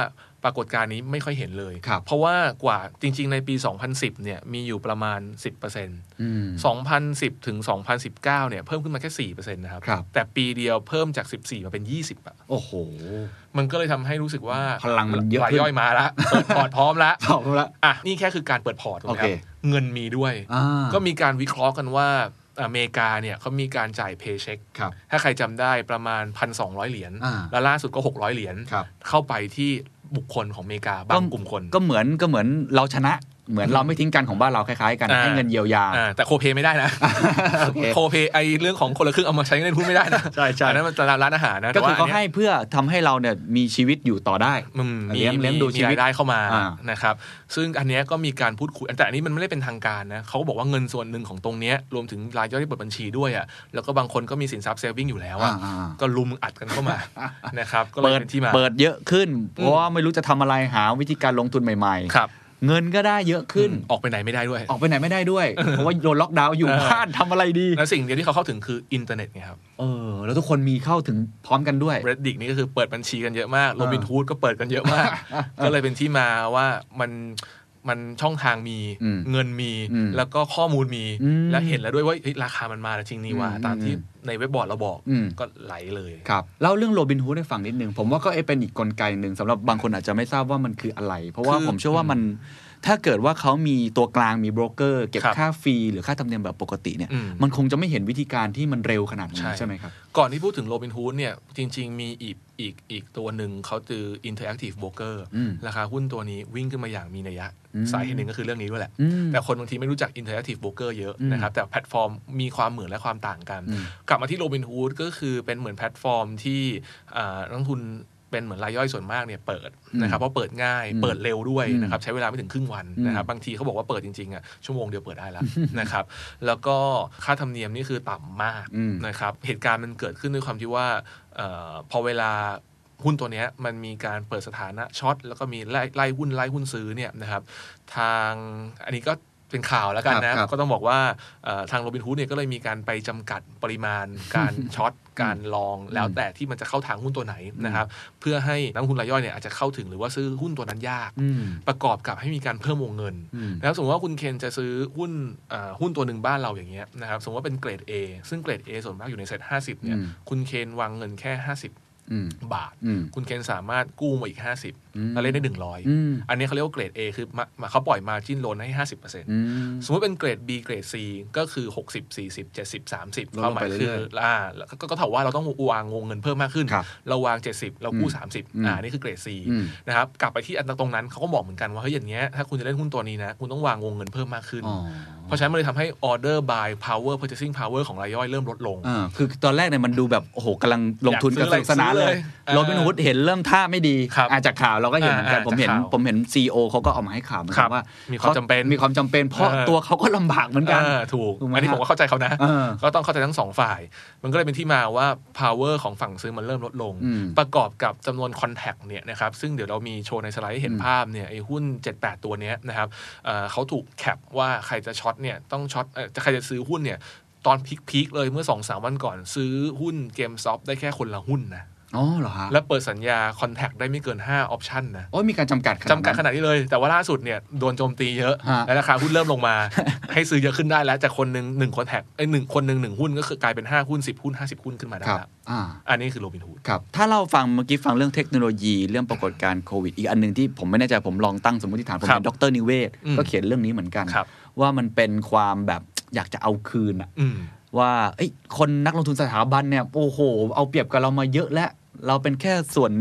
[SPEAKER 2] ปรากฏการณ์นี้ไม่ค่อยเห็นเลย
[SPEAKER 1] ครับ
[SPEAKER 2] เพราะว่ากว่าจริง ๆ ในปี 2010 เนี่ยมีอยู่ประมาณ 10%
[SPEAKER 1] อืม
[SPEAKER 2] 2010 ถึง 2019 เนี่ยเพิ่มขึ้นมาแค่4%นะครับ
[SPEAKER 1] ครับ
[SPEAKER 2] แต่ปีเดียวเพิ่มจาก 14 มาเป็น 20อะ
[SPEAKER 1] โอ้โห
[SPEAKER 2] มันก็เลยทำให้รู้สึกว่า
[SPEAKER 1] พลังมันเยอะ
[SPEAKER 2] ราย
[SPEAKER 1] ขึ้น
[SPEAKER 2] ย่อยมา ละเปิดพอร์ตพร้อมละ
[SPEAKER 1] ตอบแล้ว
[SPEAKER 2] อ่ะนี่แค่คือการเปิดพอร์ตถูกไหมครั
[SPEAKER 1] โอบ เค
[SPEAKER 2] เงินมีด้วย
[SPEAKER 1] อ่า
[SPEAKER 2] ก็มีการวิเคราะห์กันว่าอเมริกาเนี่ยเขามีการจ่ายเพย์เช็ค
[SPEAKER 1] ครับ
[SPEAKER 2] ถ้าใครจำได้ประมาณ 1,200 เหรียญ
[SPEAKER 1] อ่า
[SPEAKER 2] แล้วล่าสุดก็ 600 เหรียญ
[SPEAKER 1] ครับ
[SPEAKER 2] เข้าไปที่บุคคลของอเมริกาบางกลุ่มคน
[SPEAKER 1] ก็เหมือนก็เหมือนเราชนะเหมือนเราไม่ทิ้งกันของบ้านเราคล้ายๆ กัน
[SPEAKER 2] อ่า
[SPEAKER 1] ให้เงินเยียวยา
[SPEAKER 2] อ่าแต่โคเปไม่ได้นะ
[SPEAKER 1] โอเค
[SPEAKER 2] โคเปไอเรื่องของคนละครึ่งเอามาใช้ในหุ้นไม่ได้นะ
[SPEAKER 1] ใช่ใช่
[SPEAKER 2] อันนั้นมันตลาดร้านอาหารนะ
[SPEAKER 1] ก็คือ
[SPEAKER 2] แต่ว่
[SPEAKER 1] เขา
[SPEAKER 2] นนี้ย
[SPEAKER 1] ให้เพื่อทำให้เราเนี่ยมีชีวิตอยู่ต่อได้
[SPEAKER 2] อืมมี
[SPEAKER 1] เลี้ยงเลี้ยงดู
[SPEAKER 2] มี
[SPEAKER 1] ชีวิต
[SPEAKER 2] รายได้เข้ามา
[SPEAKER 1] อ่า
[SPEAKER 2] นะครับซึ่งอันเนี้ยก็มีการพูดคุยแต่อันนี้มันไม่ได้เป็นทางการนะเขาก็บอกว่าเงินส่วนหนึ่งของตรงเนี้ยรวมถึงรายย่อยที่เปิดบัญชีด้วยอ่ะแล้วก็บางคนก็มีสินทรัพย์เซฟวิ่งอยู่แล้วอ่ะ
[SPEAKER 1] อ่าอ่า
[SPEAKER 2] ก็ลุมอัดกันเข้า มานะครับก็เลย
[SPEAKER 1] เปิด
[SPEAKER 2] เป็นที่มา
[SPEAKER 1] เปิดเยอะขึ้น เพราะว่าไม่รู้จะทำอะไรหาวิธีการลงทุนใหม่
[SPEAKER 2] ครับ
[SPEAKER 1] ๆ เงินก็ได้เยอะขึ้น
[SPEAKER 2] ออกไปไหนไม่ได้ด้วย
[SPEAKER 1] ออกไปไหนไม่ได้ด้วย เพราะว่าโดนล็อกดาวน์อยู่
[SPEAKER 2] เออ
[SPEAKER 1] บ้านทำอะไรดี
[SPEAKER 2] และสิ่งเดียวที่เขาเข้าถึงคืออินเทอร์เน็ตไงครับ
[SPEAKER 1] เออแล้วทุกคนมีเข้าถึงพร้อมกันด้วย
[SPEAKER 2] r e d d i t นี่ก็คือเปิดบัญชีกันเยอะมากโรบินฮูดก็เปิดกันเยอะ มาก ก็เลยเป็นที่มาว่ามันมันช่องทางมี
[SPEAKER 1] อืม
[SPEAKER 2] เงินมี
[SPEAKER 1] อืม
[SPEAKER 2] แล้วก็ข้อมูลมี
[SPEAKER 1] อืม
[SPEAKER 2] แล้วเห็นแล้วด้วยว่าเฮ้ยราคามันมาแล้วจริงนี่ว่า
[SPEAKER 1] อืม
[SPEAKER 2] ตามที่ในเว็บบอร์ดเราบอก
[SPEAKER 1] อืม
[SPEAKER 2] ก็ไหลเลย
[SPEAKER 1] ครับเล่าเรื่องโรบินฮูดให้ฟังนิดนึง ผมว่าก็เอ้ยเป็นอีกกลไกหนึ่งสำหรับบางคนอาจจะไม่ทราบว่ามันคืออะไร เพราะว่าผมเชื่อว่ามันถ้าเกิดว่าเขามีตัวกลางมีโบรกเกอร์ เก็บค่าฟรีหรือค่าธรรมเนียมแบบปกติเนี่ย
[SPEAKER 2] อืม
[SPEAKER 1] มันคงจะไม่เห็นวิธีการที่มันเร็วขนาดนี้
[SPEAKER 2] ใช่
[SPEAKER 1] ใช่ไหมครับ
[SPEAKER 2] ก่อนที่พูดถึงโรบินฮูดเนี่ยจริง ๆ มีอีกอีกอีกตัวหนึ่งเขาคือ Interactive Broker
[SPEAKER 1] อืม
[SPEAKER 2] ราคาหุ้นตัวนี้วิ่งขึ้นมาอย่างมีนัยยะ
[SPEAKER 1] อืม
[SPEAKER 2] สาเหตุหนึ่งก็คือเรื่องนี้ด้วยแหละ
[SPEAKER 1] อืม
[SPEAKER 2] แต่คนบางทีไม่รู้จัก Interactive Broker เยอะ
[SPEAKER 1] อืม
[SPEAKER 2] นะครับ แต่แพลตฟอร์มมีความเหมือนและความต่างกัน
[SPEAKER 1] อืม
[SPEAKER 2] กลับมาที่โรบินฮูดก็คือเป็นเหมือนแพลตฟอร์มที่อ่านักลงทุนเป็นเหมือนรายย่อยส่วนมากเนี่ยเปิด
[SPEAKER 1] อืม
[SPEAKER 2] นะครับเพราะเปิดง่าย
[SPEAKER 1] อืม
[SPEAKER 2] เปิดเร็วด้วย
[SPEAKER 1] อืม
[SPEAKER 2] นะครับใช้เวลาไม่ถึงครึ่งวัน
[SPEAKER 1] อืม
[SPEAKER 2] นะครับบางทีเขาบอกว่าเปิดจริงๆอ่ะชั่วโมงเดียวเปิดได้ แล้ว นะครับแล้วก็ค่าธรรมเนียมนี่คือต่ำมาก
[SPEAKER 1] อืม
[SPEAKER 2] นะครับเหตุการณ์มันเกิดขึ้นด้วยความที่ว่าเออพอเวลาหุ้นตัวเนี้ยมันมีการเปิดสถานะช็อตแล้วก็มีไล่ไล่หุ้นไล่หุ้นซื้อเนี่ยนะครับ ทางอันนี้ก็ เป็นข่าวแล้วกัน
[SPEAKER 1] ครับ
[SPEAKER 2] นะครับ ก็ต้องบอกว่าเอ่อทางโรบินฮูดเนี่ยก็เลยมีการไปจำกัดปริมาณ การช็อ ตการลองแล้วแต่ที่มันจะเข้าทางหุ้นตัวไหนนะครับเพื่อให้นักลงทุนรายย่อยเนี่ยอาจจะเข้าถึงหรือว่าซื้อหุ้นตัวนั้นยาก
[SPEAKER 1] อืม
[SPEAKER 2] ประกอบกับให้มีการเพิ่มวงเงิน
[SPEAKER 1] อืม
[SPEAKER 2] นะครับสมมติว่าคุณเคนจะซื้อหุ้นเอ่อหุ้นตัวหนึ่งบ้านเราอย่างเงี้ยนะครับสมมติว่าเป็นเกรด A ซึ่งเกรด A ส่วนมากอยู่ในเซต50เนี่ย
[SPEAKER 1] อืม
[SPEAKER 2] คุณเคนวางเงินแค่ 50
[SPEAKER 1] อืม
[SPEAKER 2] บาท
[SPEAKER 1] อืม
[SPEAKER 2] คุณเคนสามารถกู้มาอีก 50แล้วเล่นได้ 100
[SPEAKER 1] อืม
[SPEAKER 2] อันนี้เขาเรียกว่าเกรด A คือมามาเขาปล่อยมาจิ้นโลนให้ 50%
[SPEAKER 1] อืม
[SPEAKER 2] สมมติเป็นเกรด B เกรด C ก็คือ 60 40 70 30
[SPEAKER 3] ลดลงไป
[SPEAKER 2] ความหมายคือ
[SPEAKER 3] เรื่อย
[SPEAKER 2] อ่าแล้วก็ก็เท่าว่าเราต้องวางวงเงินเพิ่มมากขึ้น
[SPEAKER 1] ครับ
[SPEAKER 2] เราวาง 70 เรากู้
[SPEAKER 1] อืม
[SPEAKER 2] 30อ่านี่คือเกรด C
[SPEAKER 1] อืม
[SPEAKER 2] นะครับกลับไปที่อันตรงนั้นเขาก็บอกเหมือนกันว่าเฮ้ยอย่างเงี้ยถ้าคุณจะเล่นหุ้นตัวนี้นะ คุณต้องวางวงเงินเพิ่มมากขึ้น
[SPEAKER 1] อ๋อ
[SPEAKER 2] เพราะฉะนั้นมันเลยทำให้ order by power purchasing power ของรายย่อยเริ่มลดลง
[SPEAKER 1] อ่าคือตอนแรกเนี่ยมันดูแบบโอ้โหกำลังลงทุน
[SPEAKER 2] อยากซื้
[SPEAKER 1] กัน
[SPEAKER 2] อ
[SPEAKER 1] สนุกสนานเลย
[SPEAKER 2] เลยเออ
[SPEAKER 1] โรบินฮูดเห็นเริ่มท่าไม่ดี
[SPEAKER 2] ครับ
[SPEAKER 1] อาจากข่าวเราก็เห็นเหมือนกัน
[SPEAKER 2] อ่า
[SPEAKER 1] ผมเห็น
[SPEAKER 2] จากข่าว
[SPEAKER 1] ผมเห็นซีอเขาก็ออกมาให้ข่าวเหมือน
[SPEAKER 2] ค
[SPEAKER 1] กั
[SPEAKER 2] รั
[SPEAKER 1] น
[SPEAKER 2] บ
[SPEAKER 1] ว่า
[SPEAKER 2] มี
[SPEAKER 1] มี
[SPEAKER 2] ความจำเป็น
[SPEAKER 1] มีความจำเป็นเพราะ
[SPEAKER 2] เออ
[SPEAKER 1] ตัวเขาก็ลำบากเหมือนกัน
[SPEAKER 2] อ่าถูก
[SPEAKER 1] ถูกไหม
[SPEAKER 2] อันนี้
[SPEAKER 1] ฮะ
[SPEAKER 2] ผมก็เข้าใจเขานะ
[SPEAKER 1] เออ
[SPEAKER 2] ก็ต้องเข้าใจทั้งสองฝ่าย มันก็เลยเป็นที่มาว่า power ของฝั่งซื้อมันเริ่มลดลง
[SPEAKER 1] อืม
[SPEAKER 2] ประกอบกับจำนวน contact เนี่ยนะครับ ซึ่งเดี๋ยวเรามีโชว์ในสไลด์ให้เห็นภาพเนี่ยไอ้หุ้น 78 ตัวเนี้ยนะครับเอ่อเขาถูกแคปว่าใครจะช็อตเนี่ยต้องช็อตเอ่อจะใครจะซื้อหุ้นเนี่ยตอนพีคๆเลยเมื่อ2อสวันก่อน ซื้อหุ้นเกมซอฟได้แค่คนละหุ้นนะ
[SPEAKER 1] ๋อเหรอฮะ
[SPEAKER 2] และเปิดสัญญา contact ได้ไม่เกิน5 option นะ
[SPEAKER 1] โอ้ยมีการจำกัด
[SPEAKER 2] จำกัดข
[SPEAKER 1] นั้น
[SPEAKER 2] นาดนี้เลย แต่ว่าล่าสุดเนี่ยโดนโจมตีเยอะ
[SPEAKER 1] ฮะ
[SPEAKER 2] และราคาหุ้นเริ่มลงมา ให้ซื้อเยอะขึ้นได้แล้วจากคนหนึ่งหนึ่งคนแท็กไอ้ยหนึ่งคนหนึ่งหนึ่งหุ้นก็คือกลายเป็น 5 หุ้น 10 หุ้น 50 หุ้นขึ้นมาได้
[SPEAKER 1] ครับ
[SPEAKER 2] แล้ว
[SPEAKER 1] อ่า
[SPEAKER 2] อันนี้คือโรบินฮูด
[SPEAKER 1] ครับ ถ้าเราฟังเมื่อกี้ฟังเรื่องเทคโนโลยีเรื่องปรากฏการณ์โควิด อีกอันหนึ่งที่ผมไม่แน่ใจผมลองตั้งสมมติฐาน ผม
[SPEAKER 2] ครับ
[SPEAKER 1] เห็นดรนิเวศน์
[SPEAKER 2] อืม
[SPEAKER 1] ก็เขียนเรื่องนี้เหมือนกัน
[SPEAKER 2] ครับ
[SPEAKER 1] ว่ามันเป็นความแบบอยากจะเอาคืนอะ
[SPEAKER 2] อืม
[SPEAKER 1] ว่าเอ้ยคนนักลงทุนสถาบันเนี่ยโอ้โห เอาเปรียบกับเรามาเยอะแล้ว เราเป็นแค่ส่วน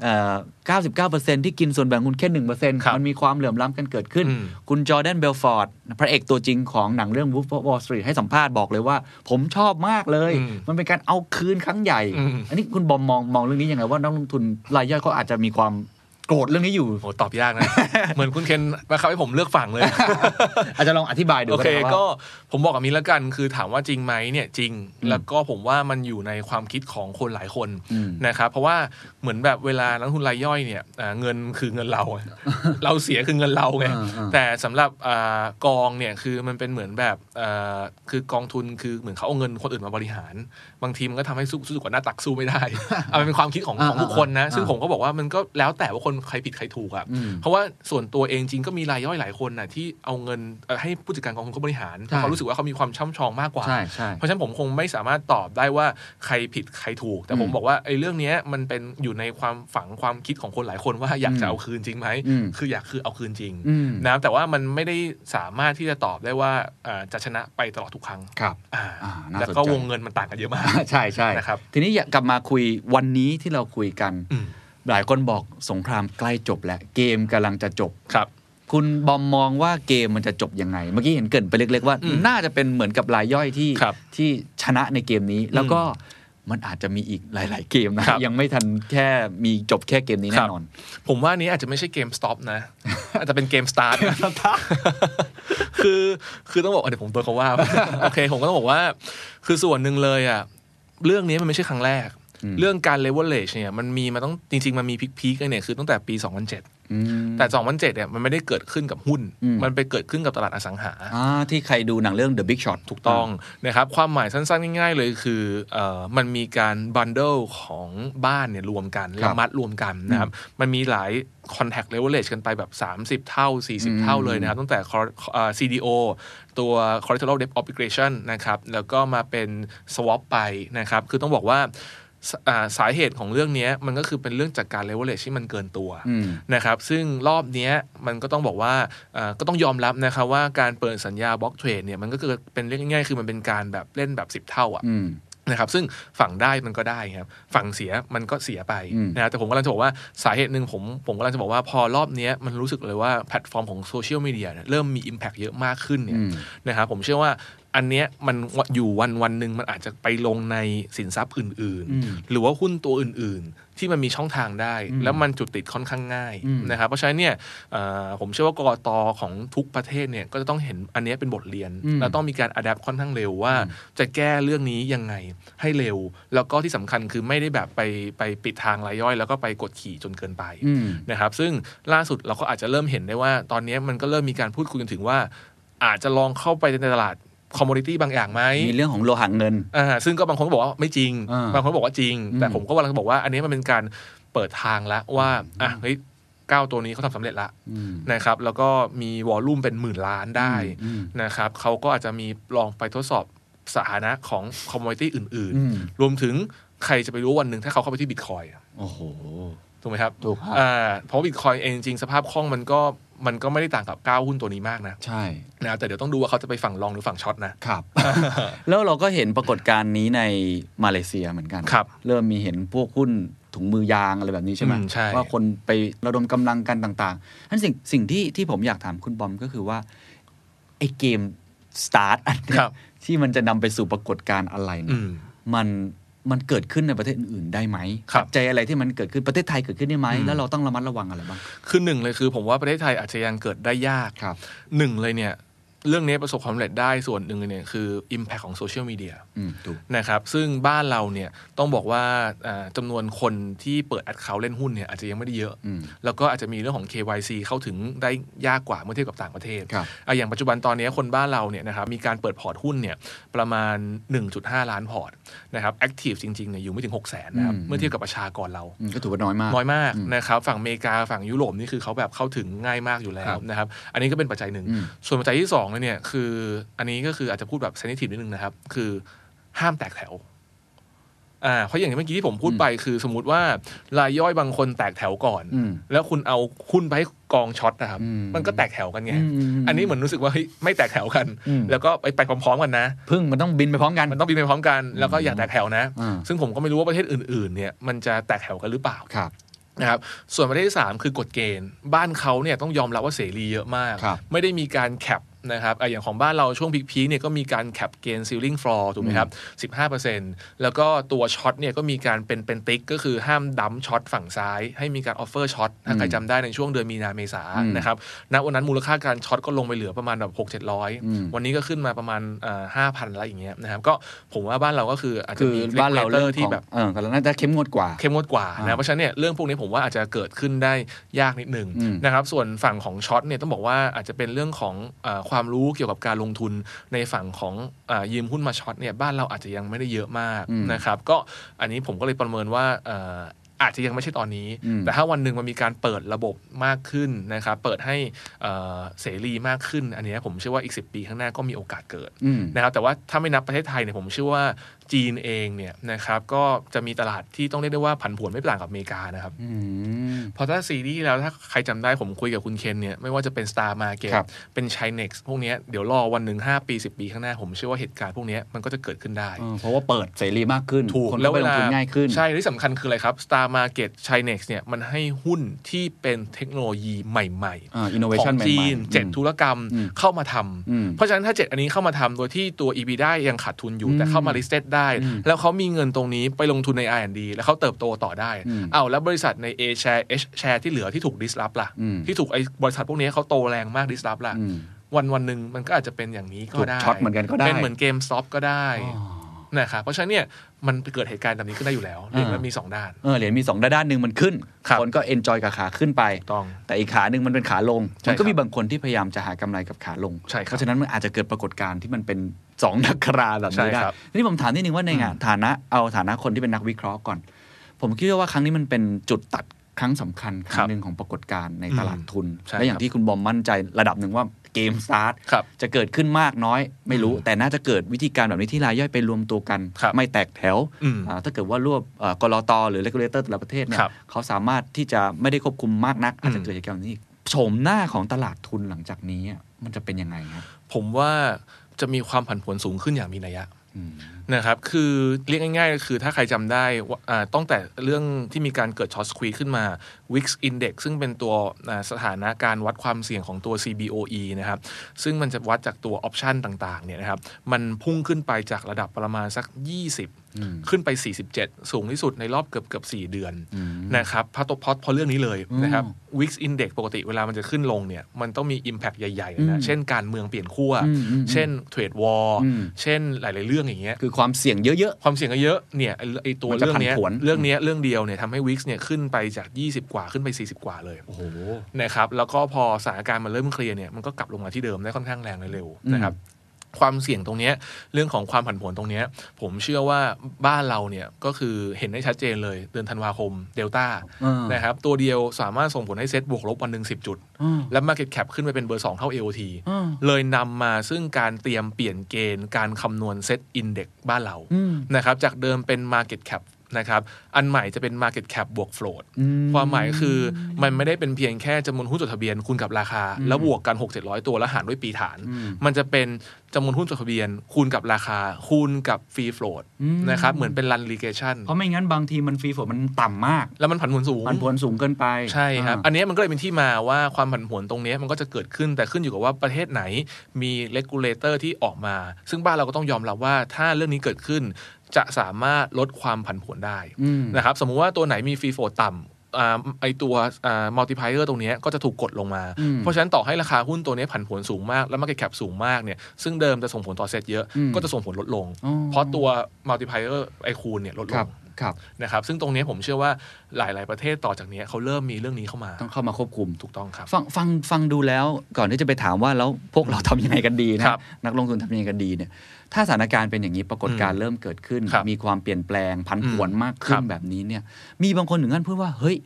[SPEAKER 1] เอ่อ99%ที่กินส่วนแบ่งคุณแค่1%
[SPEAKER 2] ครับ
[SPEAKER 1] มันมีความเหลื่อมล้ำกันเกิดขึ้น
[SPEAKER 2] อืม
[SPEAKER 1] คุณจอร์แดนเบลฟอร์ดพระเอกตัวจริงของหนังเรื่อง Wolf of Wall Street ให้สัมภาษณ์บอกเลยว่า ผมชอบมากเลย
[SPEAKER 2] อืม
[SPEAKER 1] มันเป็นการเอาคืนครั้งใหญ่
[SPEAKER 2] อืม
[SPEAKER 1] อันนี้คุณบอมมองมองเรื่องนี้ยังไงว่านักลงทุนรายย่อยเขาอาจจะมีความโกรธเรื่องนี้อยู่
[SPEAKER 2] โหตอบยากนะ เหมือนคุณเคนมาครับให้ผมเลือกฝั่งเลย
[SPEAKER 1] อาจจะลองอธิบายดู
[SPEAKER 2] โอเค
[SPEAKER 1] ได้ว่า
[SPEAKER 2] ก็ผมบอกแบบนี้แล้วกันคือถามว่าจริงไหมเนี่ยจริง แล้วก็ผมว่ามันอยู่ในความคิดของคนหลายคน
[SPEAKER 1] อืม
[SPEAKER 2] นะครับเพราะว่าเหมือนแบบเวลานักลงทุนรายย่อยเนี่ยอ่าเงินคือเงินเรา ไง เราเสียคือเงินเราไง
[SPEAKER 1] อ่าอ่า
[SPEAKER 2] แต่สำหรับอ่ากองเนี่ยคือมันเป็นเหมือนแบบอ่าคือกองทุนคือเหมือนเขาเอาเงินคนอื่นมาบริหาร บางทีมันก็ทำให้สู้สู้กับหน้าตักสู้ไม่ ได้ เอาเป็นความคิดของของทุกคน
[SPEAKER 1] อ่า
[SPEAKER 2] นะ
[SPEAKER 1] อ่า
[SPEAKER 2] ซึ่งผมก็บอกว่ามันก็แล้วแต่ว่าคนใครผิดใครถูกอะ
[SPEAKER 1] อืม
[SPEAKER 2] เพราะว่าส่วนตัวเองจริงก็มีรายย่อยหลายคนน่ะที่เอาเงินเอ่อให้ผู้จัดการกองทุนเขาบริหารเพ
[SPEAKER 1] ใช่
[SPEAKER 2] ราะเขารู้สึกว่าเขามีความช่ำชองมากกว่า
[SPEAKER 1] ใช่ใช่
[SPEAKER 2] เพราะฉะนั้นผมคงไม่สามารถตอบได้ว่าใครผิดใครถูก แต่ผม
[SPEAKER 1] อืม
[SPEAKER 2] บอกว่าไอ้เรื่องเนี้ยมันเป็นอยู่ในความฝังความคิดของคนหลายคนว่าอยากจะเอาคืนจริงไหม
[SPEAKER 1] อืม
[SPEAKER 2] คืออยากคือเอาคืนจริง
[SPEAKER 1] อืม
[SPEAKER 2] นะครับแต่ว่ามันไม่ได้สามารถที่จะตอบได้ว่าอ่าจะชนะไปตลอดทุกครั้ง
[SPEAKER 1] ครับ
[SPEAKER 2] อ่า
[SPEAKER 1] อ่าน่าสนใจ
[SPEAKER 2] แล้วก็วงเงินมันต่างกันเยอะมาก
[SPEAKER 1] ใช่ใช่
[SPEAKER 2] นะครับ
[SPEAKER 1] ทีนี้อยากกลับมาคุยวันนี้ที่เราคุยกัน
[SPEAKER 2] อืม
[SPEAKER 1] หลายคนบอกสงครามใกล้จบแล้วเกมกำลังจะจบ
[SPEAKER 2] ครับ
[SPEAKER 1] คุณบอมมองว่าเกมมันจะจบยังไง เมื่อกี้เห็นเกรินไปเล็ก ๆ ว่า
[SPEAKER 2] อืม
[SPEAKER 1] น่าจะเป็นเหมือนกับรายย่อยที่
[SPEAKER 2] ครับ
[SPEAKER 1] ที่ชนะในเกมนี้ แล้วก็มันอาจจะมีอีกหลาย ๆ เกมนะ
[SPEAKER 2] ครับ
[SPEAKER 1] ยังไม่ทันแค่มีจบแค่เกมนี้
[SPEAKER 2] ครั
[SPEAKER 1] แน่
[SPEAKER 2] บ
[SPEAKER 1] นอน
[SPEAKER 2] ผมว่าอันนี้อาจจะไม่ใช่เกมสต็อปนะ อาจจะเป็นเกมสตาร์ท คือคือต้องบอกเดี๋ยวผมตัวเขา ว่า โอเค ผมก็ต้องบอกว่า คือส่วนหนึ่งเลยอ่ะเรื่องนี้มันไม่ใช่ครั้งแรก
[SPEAKER 1] อืม
[SPEAKER 2] เรื่องการเลเวลเลชเนี่ยมันมีมาต้องจริง ๆ มันมีพีคๆกันเนี่ยคือตั้งแต่ปี 2007
[SPEAKER 1] อืม
[SPEAKER 2] แต่ 2007เนี่ยมันไม่ได้เกิดขึ้นกับหุ้น
[SPEAKER 1] อืม
[SPEAKER 2] มันไปเกิดขึ้นกับตลาดอสังหา
[SPEAKER 1] อ่าที่ใครดูหนังเรื่อง The Big Shot
[SPEAKER 2] ถูกต้องนะครับความหมายสั้นๆ ง่ายๆ เลยคือเออมันมีการบันเดิลของบ้านเนี่ยรวมกัน
[SPEAKER 1] ครับ
[SPEAKER 2] ละมัดรวมกันนะครับมันมีหลาย Contact Leverage กันไปแบบ 30 เท่า 40 เท่าเลยนะครับ ตั้งแต่ cor- เอ่อ CDO ตัว Collateral Debt Obligation นะครับ แล้วก็มาเป็น Swap ไปนะครับ คือต้องบอกว่าสอ่าสาเหตุของเรื่องเนี้ยมันก็คือเป็นเรื่องจากการ leverage ที่มันเกินตัว
[SPEAKER 1] อืม
[SPEAKER 2] นะครับซึ่งรอบเนี้ยมันก็ต้องบอกว่าเอ่อก็ต้องยอมรับนะครับว่าการเปิดสัญญาบล็อกเทรดเนี่ยมันก็คือเป็นเรื่องง่ายๆคือมันเป็นการแบบเล่นแบบ 10 เท่าอะ
[SPEAKER 1] อืม
[SPEAKER 2] นะครับซึ่งฝั่งได้มันก็ได้ครับฝั่งเสียมันก็เสียไป
[SPEAKER 1] อืม
[SPEAKER 2] นะครับแต่ผมกำลังจะบอกว่าสาเหตุหนึ่งผมผมกำลังจะบอกว่าพอรอบเนี้ยมันรู้สึกเลยว่าแพลตฟอร์มของโซเชียลมีเดียเนี่ยเริ่มมี Impact เยอะมากขึ้นเนี่ย
[SPEAKER 1] อืม
[SPEAKER 2] นะครับผมเชื่อว่าอันเนี้ยมันอยู่วันวันหนึ่งมันอาจจะไปลงในสินทรัพย์อื่น
[SPEAKER 1] อืม
[SPEAKER 2] ๆ หรือว่าหุ้นตัวอื่นๆ ที่มันมีช่องทางได้
[SPEAKER 1] อืม
[SPEAKER 2] แล้วมันจุดติดค่อนข้างง่าย
[SPEAKER 1] อืม
[SPEAKER 2] นะครับเพราะฉะนั้นเนี่ยเอ่อผมเชื่อว่ากกตของทุกประเทศเนี่ยก็จะต้องเห็นอันเนี้ยเป็นบทเรียน
[SPEAKER 1] อืม
[SPEAKER 2] แล้วต้องมีการอัดแอปค่อนข้างเร็วว่า จะแก้เรื่องนี้ยังไงให้เร็ว แล้วก็ที่สำคัญคือไม่ได้แบบไปไปปิดทางรายย่อย แล้วก็ไปกดขี่จนเกินไป
[SPEAKER 1] อืม
[SPEAKER 2] นะครับซึ่งล่าสุดเราก็อาจจะเริ่มเห็นได้ว่าตอนนี้มันก็เริ่มมีการพูดคุยกันถึงว่า อาจจะลองเข้าไปในตลาดคอมมูนิตี้บางอย่างไหม
[SPEAKER 1] มีเรื่องของโลหะเงิน
[SPEAKER 2] อ่าซึ่งก็บางคนก็บอกว่าไม่จริง
[SPEAKER 1] อ่า
[SPEAKER 2] บางคนบอกว่าจริง
[SPEAKER 1] อืม
[SPEAKER 2] แต่ผมก็กำลังจะบอกว่า อันนี้มันเป็นการเปิดทางแล้วว่าอ่ะเฮ้ยก้าวตัวนี้เขาทำสำเร็จละ
[SPEAKER 1] อืม
[SPEAKER 2] นะครับแล้วก็มีวอลลุ่มเป็นหมื่นล้านได้
[SPEAKER 1] อืม
[SPEAKER 2] นะครับเขาก็อาจจะมีลองไปทดสอบสถานะของคอมมูนิตี้อื่น
[SPEAKER 1] อืม
[SPEAKER 2] ๆ รวมถึงใครจะไปรู้วันหนึ่งถ้าเขาเข้าไปที่บิตคอย
[SPEAKER 1] โอ้โห
[SPEAKER 2] ถูกไหมครับ
[SPEAKER 1] ถูกครับ
[SPEAKER 2] อ่าเพราะบิตคอยเองจริงๆ สภาพคล่องมันก็มันก็ไม่ได้ต่างกับก้าวหุ้นตัวนี้มากนะ
[SPEAKER 1] ใช่
[SPEAKER 2] นะครับแต่เดี๋ยวต้องดูว่าเขาจะไปฝั่งลองหรือฝั่งช็อตนะ
[SPEAKER 1] ครับ แล้วเราก็เห็นปรากฏการณ์นี้ในมาเลเซียเหมือนกัน
[SPEAKER 2] ครับ
[SPEAKER 1] เริ่มมีเห็นพวกหุ้นถุงมือยางอะไรแบบนี้ใช่ไหม
[SPEAKER 2] อืมใช่
[SPEAKER 1] ว่าคนไประดมกำลังกันต่างๆนั้นสิ่งสิ่งที่ที่ผมอยากถามคุณบอมก็คือว่าไอ้เกมสตาร์ทอันเนี้ยที่มันจะนำไปสู่ปรากฏการณ์อะไรเนี่ย
[SPEAKER 2] อืม
[SPEAKER 1] มันมันเกิดขึ้นในประเทศอื่นๆได้ไหม
[SPEAKER 2] ครับ
[SPEAKER 1] ปัจจัยอะไรที่มันเกิดขึ้นประเทศไทยเกิดขึ้นได้ไหม
[SPEAKER 2] อืม
[SPEAKER 1] แล้วเราต้องระมัดระวังอะไรบ้าง
[SPEAKER 2] คือหนึ่งเลยคือผมว่าประเทศไทยอาจจะยังเกิดได้ยาก
[SPEAKER 1] ครับ
[SPEAKER 2] หนึ่งเลยเนี่ย เรื่องนี้ประสบความสำเร็จได้ส่วนหนึ่งเลยเนี่ยคือ Impact ของโซเชียลมีเดีย
[SPEAKER 1] อืมถูก
[SPEAKER 2] นะครับซึ่งบ้านเราเนี่ยต้องบอกว่าอ่าจำานวนคนที่เปิดแอดเคาเล่นหุ้นเนี่ยอาจจะยังไม่ได้เยอะ
[SPEAKER 1] อืม
[SPEAKER 2] แล้วก็อาจจะมีเรื่องของ KYC เข้าถึงได้ยากกว่าเมื่อเทียบกับต่างประเทศ
[SPEAKER 1] ครับ
[SPEAKER 2] อ่ะอย่างปัจจุบันตอนนี้คนบ้านเราเนี่ยนะครับมีการเปิดพอร์ตหุ้นเนี่ยประมาณ 1.5 ล้านพอร์ตนะครับแอคทีฟจริงๆเนี่ยอยู่ไม่ถึง 6 0 0 0 0นนะครับเมื่อเทียบกับประชากรเรา
[SPEAKER 1] อืมก็ถือว่าน้อยมาก
[SPEAKER 2] น้อยมากนะครับฝั่งอเมริกาฝั่งยุโรปนี่คือเขาแบบเข้าถึงง่ายมากอยู่แล้
[SPEAKER 1] ครั
[SPEAKER 2] ว
[SPEAKER 1] บ
[SPEAKER 2] นะครับอันนี้ก็เป็นปัจจัยหนึ่ง
[SPEAKER 1] อืม
[SPEAKER 2] ส่วนปัจจัยที่สองเลยเนี่ยคืออันนี้ก็คืออาจจะพูดแบบเซนิทีฟนิดนึงนะครับ คือห้ามแตกแถวอ่าเพราะอย่างเมื่อกี้ที่ผมพูดไปคือสมมติว่ารายย่อยบางคนแตกแถวก่อน
[SPEAKER 1] อืม
[SPEAKER 2] แล้วคุณเอาหุ้นไปให้กองช็อตนะครับ
[SPEAKER 1] อืม
[SPEAKER 2] มันก็แตกแถวกันไง
[SPEAKER 1] อืม
[SPEAKER 2] อันนี้เหมือนรู้สึกว่าเฮ้ยไม่แตกแถวกัน
[SPEAKER 1] อืม
[SPEAKER 2] แล้วก็ไปไปพร้อมๆกันนะ
[SPEAKER 1] พึ่งมันต้องบินไปพร้อมกัน
[SPEAKER 2] มันต้องบินไปพร้อมกันแล้วก็อย่าแตกแถวนะ
[SPEAKER 1] อ่า
[SPEAKER 2] ซึ่งผมก็ไม่รู้ว่าประเทศอื่นๆเนี่ยมันจะแตกแถวกันหรือเปล่า
[SPEAKER 1] ครับ
[SPEAKER 2] นะครับส่วนประเทศที่ 3 คือกฎเกณฑ์ บ้านเขาเนี่ยต้องยอมรับว่าเสรีเยอะมาก
[SPEAKER 1] ครับ
[SPEAKER 2] ไม่ได้มีการแคปนะครับอ่ะอย่างของบ้านเราช่วงพีคๆเนี่ยก็มีการแคปเกณฑ์ซิลลิงฟลอร์ถูกไหมครับ 15%แล้วก็ตัวช็อตเนี่ยก็มีการเป็นเป็นติ๊ก ก็คือห้ามดัมช็อตฝั่งซ้าย ให้มีการออฟเฟอร์ช็อตถ้าใครจำได้ในช่วงเดือนมีนาเมษา
[SPEAKER 1] อืม
[SPEAKER 2] นะครับณวันนั้นมูลค่าการช็อตก็ลงไปเหลือประมาณแบบหกเจ็ดร้อย
[SPEAKER 1] อืม
[SPEAKER 2] วันนี้ก็ขึ้นมาประมาณห้าพันแล้วอย่างเงี้ยนะครับก็ผมว่าบ้านเราก็คืออาจจะ
[SPEAKER 1] คือ
[SPEAKER 2] มี
[SPEAKER 1] บ้านเรา
[SPEAKER 2] regulator
[SPEAKER 1] เริ่ม
[SPEAKER 2] ที่แบบ
[SPEAKER 1] เออแต่น่าจะเข้มงวดกว่า
[SPEAKER 2] เข้มงวดกว่า
[SPEAKER 1] อ่า
[SPEAKER 2] นะเพราะฉะนั้นเนี่ยเรื่องพวกนี้ผมว่าอาจจะเกิดขึ้นได้ยากนิดหนึ่ง
[SPEAKER 1] อืม
[SPEAKER 2] นะครับส่วนฝั่งของช็อตเนี่ยต้องบอกว่าอาจจะเป็นเรื่องของเออความรู้เกี่ยวกับการลงทุนในฝั่งของเออยืมหุ้นมาช็อตเนี่ยบ้านเราอาจจะยังไม่ได้เยอะมาก
[SPEAKER 1] อืม
[SPEAKER 2] นะครับก็อันนี้ผมก็เลยประเมินว่าเอ่ออาจจะยังไม่ใช่ตอนนี้
[SPEAKER 1] อืม
[SPEAKER 2] แต่ถ้าวันหนึ่งมันมีการเปิดระบบมากขึ้นนะครับเปิดให้เอ่อเสรีมากขึ้น อันเนี้ยผมเชื่อว่าอีก 10 ปีข้างหน้าก็มีโอกาสเกิด
[SPEAKER 1] อืม
[SPEAKER 2] นะครับแต่ว่าถ้าไม่นับประเทศไทยเนี่ยผมเชื่อว่าจีนเองเนี่ยนะครับก็จะมีตลาดที่ต้องเรียกได้ว่าผันผวนไม่ต่างกับอเมริกานะครับ
[SPEAKER 1] อืม
[SPEAKER 2] เพอถ้าซีรีส์แล้วถ้าใครจำได้ผมคุยกับคุณเคนเนี่ยไม่ว่าจะเป็น Star Market
[SPEAKER 1] ครับ
[SPEAKER 2] เป็น Chinex พวกเนี้ยเดี๋ยวรอวันหนึ่ง5ปี 10 ปีข้างหน้า ผมเชื่อว่าเหตุการณ์พวกเนี้ยมันก็จะเกิดขึ้นได้
[SPEAKER 1] เออเพราะว่าเปิดเสรีมากขึ้น
[SPEAKER 2] ถูก
[SPEAKER 1] คนก็ไปลงทุนง่ายขึ้น
[SPEAKER 2] ใช่และที่สำคัญคืออะไรครับ Star Market Chinex เนี่ยมันให้หุ้นที่เป็นเทคโนโลยีใหม่
[SPEAKER 1] อ่า
[SPEAKER 2] ขอ
[SPEAKER 1] innovation
[SPEAKER 2] งจีน
[SPEAKER 1] ใหม่ๆ
[SPEAKER 2] เจ็ด
[SPEAKER 1] อืม
[SPEAKER 2] ธุรกรรม
[SPEAKER 1] อืม
[SPEAKER 2] เข้ามาทำ
[SPEAKER 1] อืม
[SPEAKER 2] เพราะฉะนั้นถ้า 7 อันนี้เข้ามาทำโดยที่ตัว EB ได้ยังขาดทุนอยู่
[SPEAKER 1] อืม
[SPEAKER 2] แต่เข้ามา listed ได้
[SPEAKER 1] อืม
[SPEAKER 2] แล้วเขามีเงินตรงนี้ไปลงทุนใน R&D แล้วเขาเติบโตต่อได้
[SPEAKER 1] อืม
[SPEAKER 2] เอาวแล้วบริษัทใน A share H share ที่เหลือที่ถูก disrupt ล่ะ
[SPEAKER 1] อืม
[SPEAKER 2] ที่ถูกไอ้บริษัทพวกนี้เขาโตแรงมาก disrupt ล่ะ
[SPEAKER 1] อืม
[SPEAKER 2] วันวันหนึ่งมันก็อาจจะเป็นอย่างนี้ก็ได้
[SPEAKER 1] ถูกช็อตเหมือนกันก็ได้
[SPEAKER 2] เป็นเหมือนเกมซอฟก็ได้
[SPEAKER 1] อ๋อ
[SPEAKER 2] นะครับเพราะฉะนั้นเนี่ยมันเกิดเหตุการณ์แบบนี้ขึ้นได้อยู่แล้วเรียกว่า
[SPEAKER 1] อ่ามี
[SPEAKER 2] มีสองด้าน
[SPEAKER 1] เออเหรียญมีสองด้านหนึ่งมันขึ้น
[SPEAKER 2] ครับ
[SPEAKER 1] คนก็เอนจอยกับขาขึ้นไป
[SPEAKER 2] ต้อง
[SPEAKER 1] แต่อีกขาหนึ่งมันเป็นขาลง
[SPEAKER 2] ใช่
[SPEAKER 1] มั
[SPEAKER 2] ครับ
[SPEAKER 1] นก็มีบางคนที่พยายามจะหากำไรกับขาลง
[SPEAKER 2] ใช่ค
[SPEAKER 1] เพ
[SPEAKER 2] รับ
[SPEAKER 1] ราะฉะนั้นมันอาจจะเกิดปรากฏการณ์ที่มันเป็นสองนักราแบบนี้
[SPEAKER 2] ใช่
[SPEAKER 1] ได้
[SPEAKER 2] ครับ
[SPEAKER 1] ทีนี้ผมถามนิดนึงว่าในงานฐานะเอาฐานะคนที่เป็นนักวิเคราะห์ก่อน ผมคิดว่าครั้งนี้มันเป็นจุดตัดครั้งสำคัญครั้งหนึ่งของปรากฏการณ์ในตลาดทุน
[SPEAKER 2] ใช่
[SPEAKER 1] และอย่า
[SPEAKER 2] ครั
[SPEAKER 1] ง
[SPEAKER 2] บ
[SPEAKER 1] ที่คุณบอมมั่นใจระดับหนึ่งว่าเกมสตาร์ท
[SPEAKER 2] ครับ
[SPEAKER 1] จะเกิดขึ้นมากน้อยไม่รู้ แต่น่าจะเกิดวิธีการแบบนี้ที่รายย่อยไปรวมตัวกัน
[SPEAKER 2] ครับ
[SPEAKER 1] ไม่แตกแถว
[SPEAKER 2] อืม
[SPEAKER 1] อ่าถ้าเกิดว่ารวบเอ่อกรอตอหรือ regulator แต่ละประเทศเนี่
[SPEAKER 2] ครั
[SPEAKER 1] ย
[SPEAKER 2] บ
[SPEAKER 1] เขาสามารถที่จะไม่ได้ควบคุมมากนัก อาจ
[SPEAKER 2] อื
[SPEAKER 1] จะ
[SPEAKER 2] ม
[SPEAKER 1] เกิดเหตุการณ์แบบนี้อีกโฉมหน้าของตลาดทุนหลังจากนี้อ่ะมันจะเป็นยังไงครับ
[SPEAKER 2] ผมว่าจะมีความผันผวนสูงขึ้นอย่างมีนัยยะ นะครับ คือเรียกง่ายๆก็คือถ้าใครจำได้ว่าอ่าต้องแต่เรื่องที่มีการเกิดช็อตสควีขึ้นมา Wix Index ซึ่งเป็นตัวอ่าสถานะการวัดความเสี่ยงของตัว CBOE นะครับ ซึ่งมันจะวัดจากตัวออปชันต่างๆเนี่ยนะครับ มันพุ่งขึ้นไปจากระดับประมาณสัก 20 ขึ้นไป 47 สูงที่สุดในรอบเกือบเกือบๆ4เดือน นะครับเพราะตัวเพราะเพราะเรื่องนี้เลยนะครับ
[SPEAKER 1] อืม
[SPEAKER 2] วิกซ์อินเด็กปกติเวลามันจะขึ้นลงเนี่ยมันต้องมี Impact ใหญ่ๆ
[SPEAKER 1] อื
[SPEAKER 2] นะ
[SPEAKER 1] ม
[SPEAKER 2] เช่นการเมืองเปลี่ยนขั้ว
[SPEAKER 1] อืมอืม
[SPEAKER 2] เช่นเทรดวอล
[SPEAKER 1] อืม
[SPEAKER 2] เช่นหลาย ๆ เรื่องอย่างเงี้ย
[SPEAKER 1] คือความเสี่ยงเยอะ
[SPEAKER 2] ความเสี่ยงก็เยอะเนี่ยไอ้ไอตัว
[SPEAKER 1] มันจะ
[SPEAKER 2] เรื่องเนี้ย
[SPEAKER 1] ผันผวน
[SPEAKER 2] เรื่องเนี้ยเรื่องเดียวเนี่ยทำให้วิกซ์เนี่ยขึ้นไปจาก 20 กว่าขึ้นไป 40 กว่าเลย
[SPEAKER 1] ๆ โอ้โห
[SPEAKER 2] นะครับแล้วก็พอสถานการณ์มันเริ่มเคลียร์เนี่ยมันก็กลับลงมาที่เดิมได้ค่อนข้างแรงและเร็ว
[SPEAKER 1] อืม
[SPEAKER 2] นะครับความเสี่ยงตรงเนี้ยเรื่องของความผันผวนตรงเนี้ยผมเชื่อว่าบ้านเราเนี่ยก็คือเห็นได้ชัดเจนเลยเดือนธันวาคมเดลต้า
[SPEAKER 1] เออ
[SPEAKER 2] นะครับตัวเดียวสามารถส่งผลให้เซ็ตบวกลบวันหนึ่ง10 จุด
[SPEAKER 1] เออ
[SPEAKER 2] และ Market Cap ขึ้นไปเป็นเบอร์ 2 เท่า AOT
[SPEAKER 1] เออ
[SPEAKER 2] เลยนำมาซึ่งการเตรียมเปลี่ยนเกณฑ์การคำนวณเซ็ตอินเด็กบ้านเรา
[SPEAKER 1] อืม
[SPEAKER 2] นะครับจากเดิมเป็น Market Cap นะครับอันใหม่จะเป็น Market Cap บวก Float
[SPEAKER 1] อืม
[SPEAKER 2] ความหมายคือมันไม่ได้เป็นเพียงแค่จำนวนหุ้นจดทะเบียนคูณกับราคา แล้วบวกกัน 6 7 0 0 ตัวแล้วหารด้วยปีฐาน มันจะเป็นจำนวนหุ้นจดทะเบียน คูณกับราคา คูณกับ Free Float
[SPEAKER 1] อืม
[SPEAKER 2] นะครับเหมือนเป็น Run Regression
[SPEAKER 1] เพราะไม่งั้นบางทีมันฟรีโฟร์มันต่ำมาก
[SPEAKER 2] แล้วมันผันผวนสูง
[SPEAKER 1] มันพวนสูงเกินไป
[SPEAKER 2] ใช่ครับ
[SPEAKER 1] อ่า
[SPEAKER 2] อันเนี้ยมันก็เลยเป็นที่มาว่าความผันผวนตรงเนี้ยมันก็จะเกิดขึ้นแต่ขึ้นอยู่กับว่าประเทศไหนมีเลกูลเลเตอร์ที่ออกมา ซึ่งบ้านเราก็ต้องยอมรับว่าถ้าเรื่องนี้เกิดขึ้น จะสามารถลดความผันผวนได้
[SPEAKER 1] อืม
[SPEAKER 2] นะครับ สมมุติว่าตัวไหนมีฟรีโฟต่ำอ่าไอตัวมัลติพายเออร์ตรงเนี้ยก็จะถูกกดลงมา เพราะฉะนั้นต่อให้ราคาหุ้นตัวเนี้ยผันผวนสูงมาก แล้วมาเก็ตแคปสูงมากเนี่ยซึ่งเดิมจะส่งผลต่อเซ็ตเยอะ
[SPEAKER 1] อืม
[SPEAKER 2] ก็จะส่งผลลดลง
[SPEAKER 1] อ๋อ
[SPEAKER 2] เพราะตัวมัลติพายเออร์ไอคูณเนี่ยลดล
[SPEAKER 1] ครับ
[SPEAKER 2] ง
[SPEAKER 1] ครับ
[SPEAKER 2] นะครับซึ่งตรงเนี้ยผมเชื่อว่าหลายๆประเทศต่อจากเนี้ยเขาเริ่มมีเรื่องนี้เข้ามา
[SPEAKER 1] ต้องเข้ามาควบคุม
[SPEAKER 2] ถูกต้องครับ
[SPEAKER 1] ฟังฟังฟังดูแล้วก่อนที่จะไปถามว่าแล้วพวกเราทำยังไงกันดีนะครับ นักลงทุนทำยังไงกันดีเนี่ยถ้าสถานการณ์เป็นอย่างนี้ปรากฏการณ์เริ่มเกิดขึ้น
[SPEAKER 2] ครับ
[SPEAKER 1] มีความเปลี่ยนแปลงพันผวนมากขึ้
[SPEAKER 2] ครั
[SPEAKER 1] น
[SPEAKER 2] บ
[SPEAKER 1] แบบนี้เนี่ย มีบางคนถึงขั้นพูดว่าเฮ้ย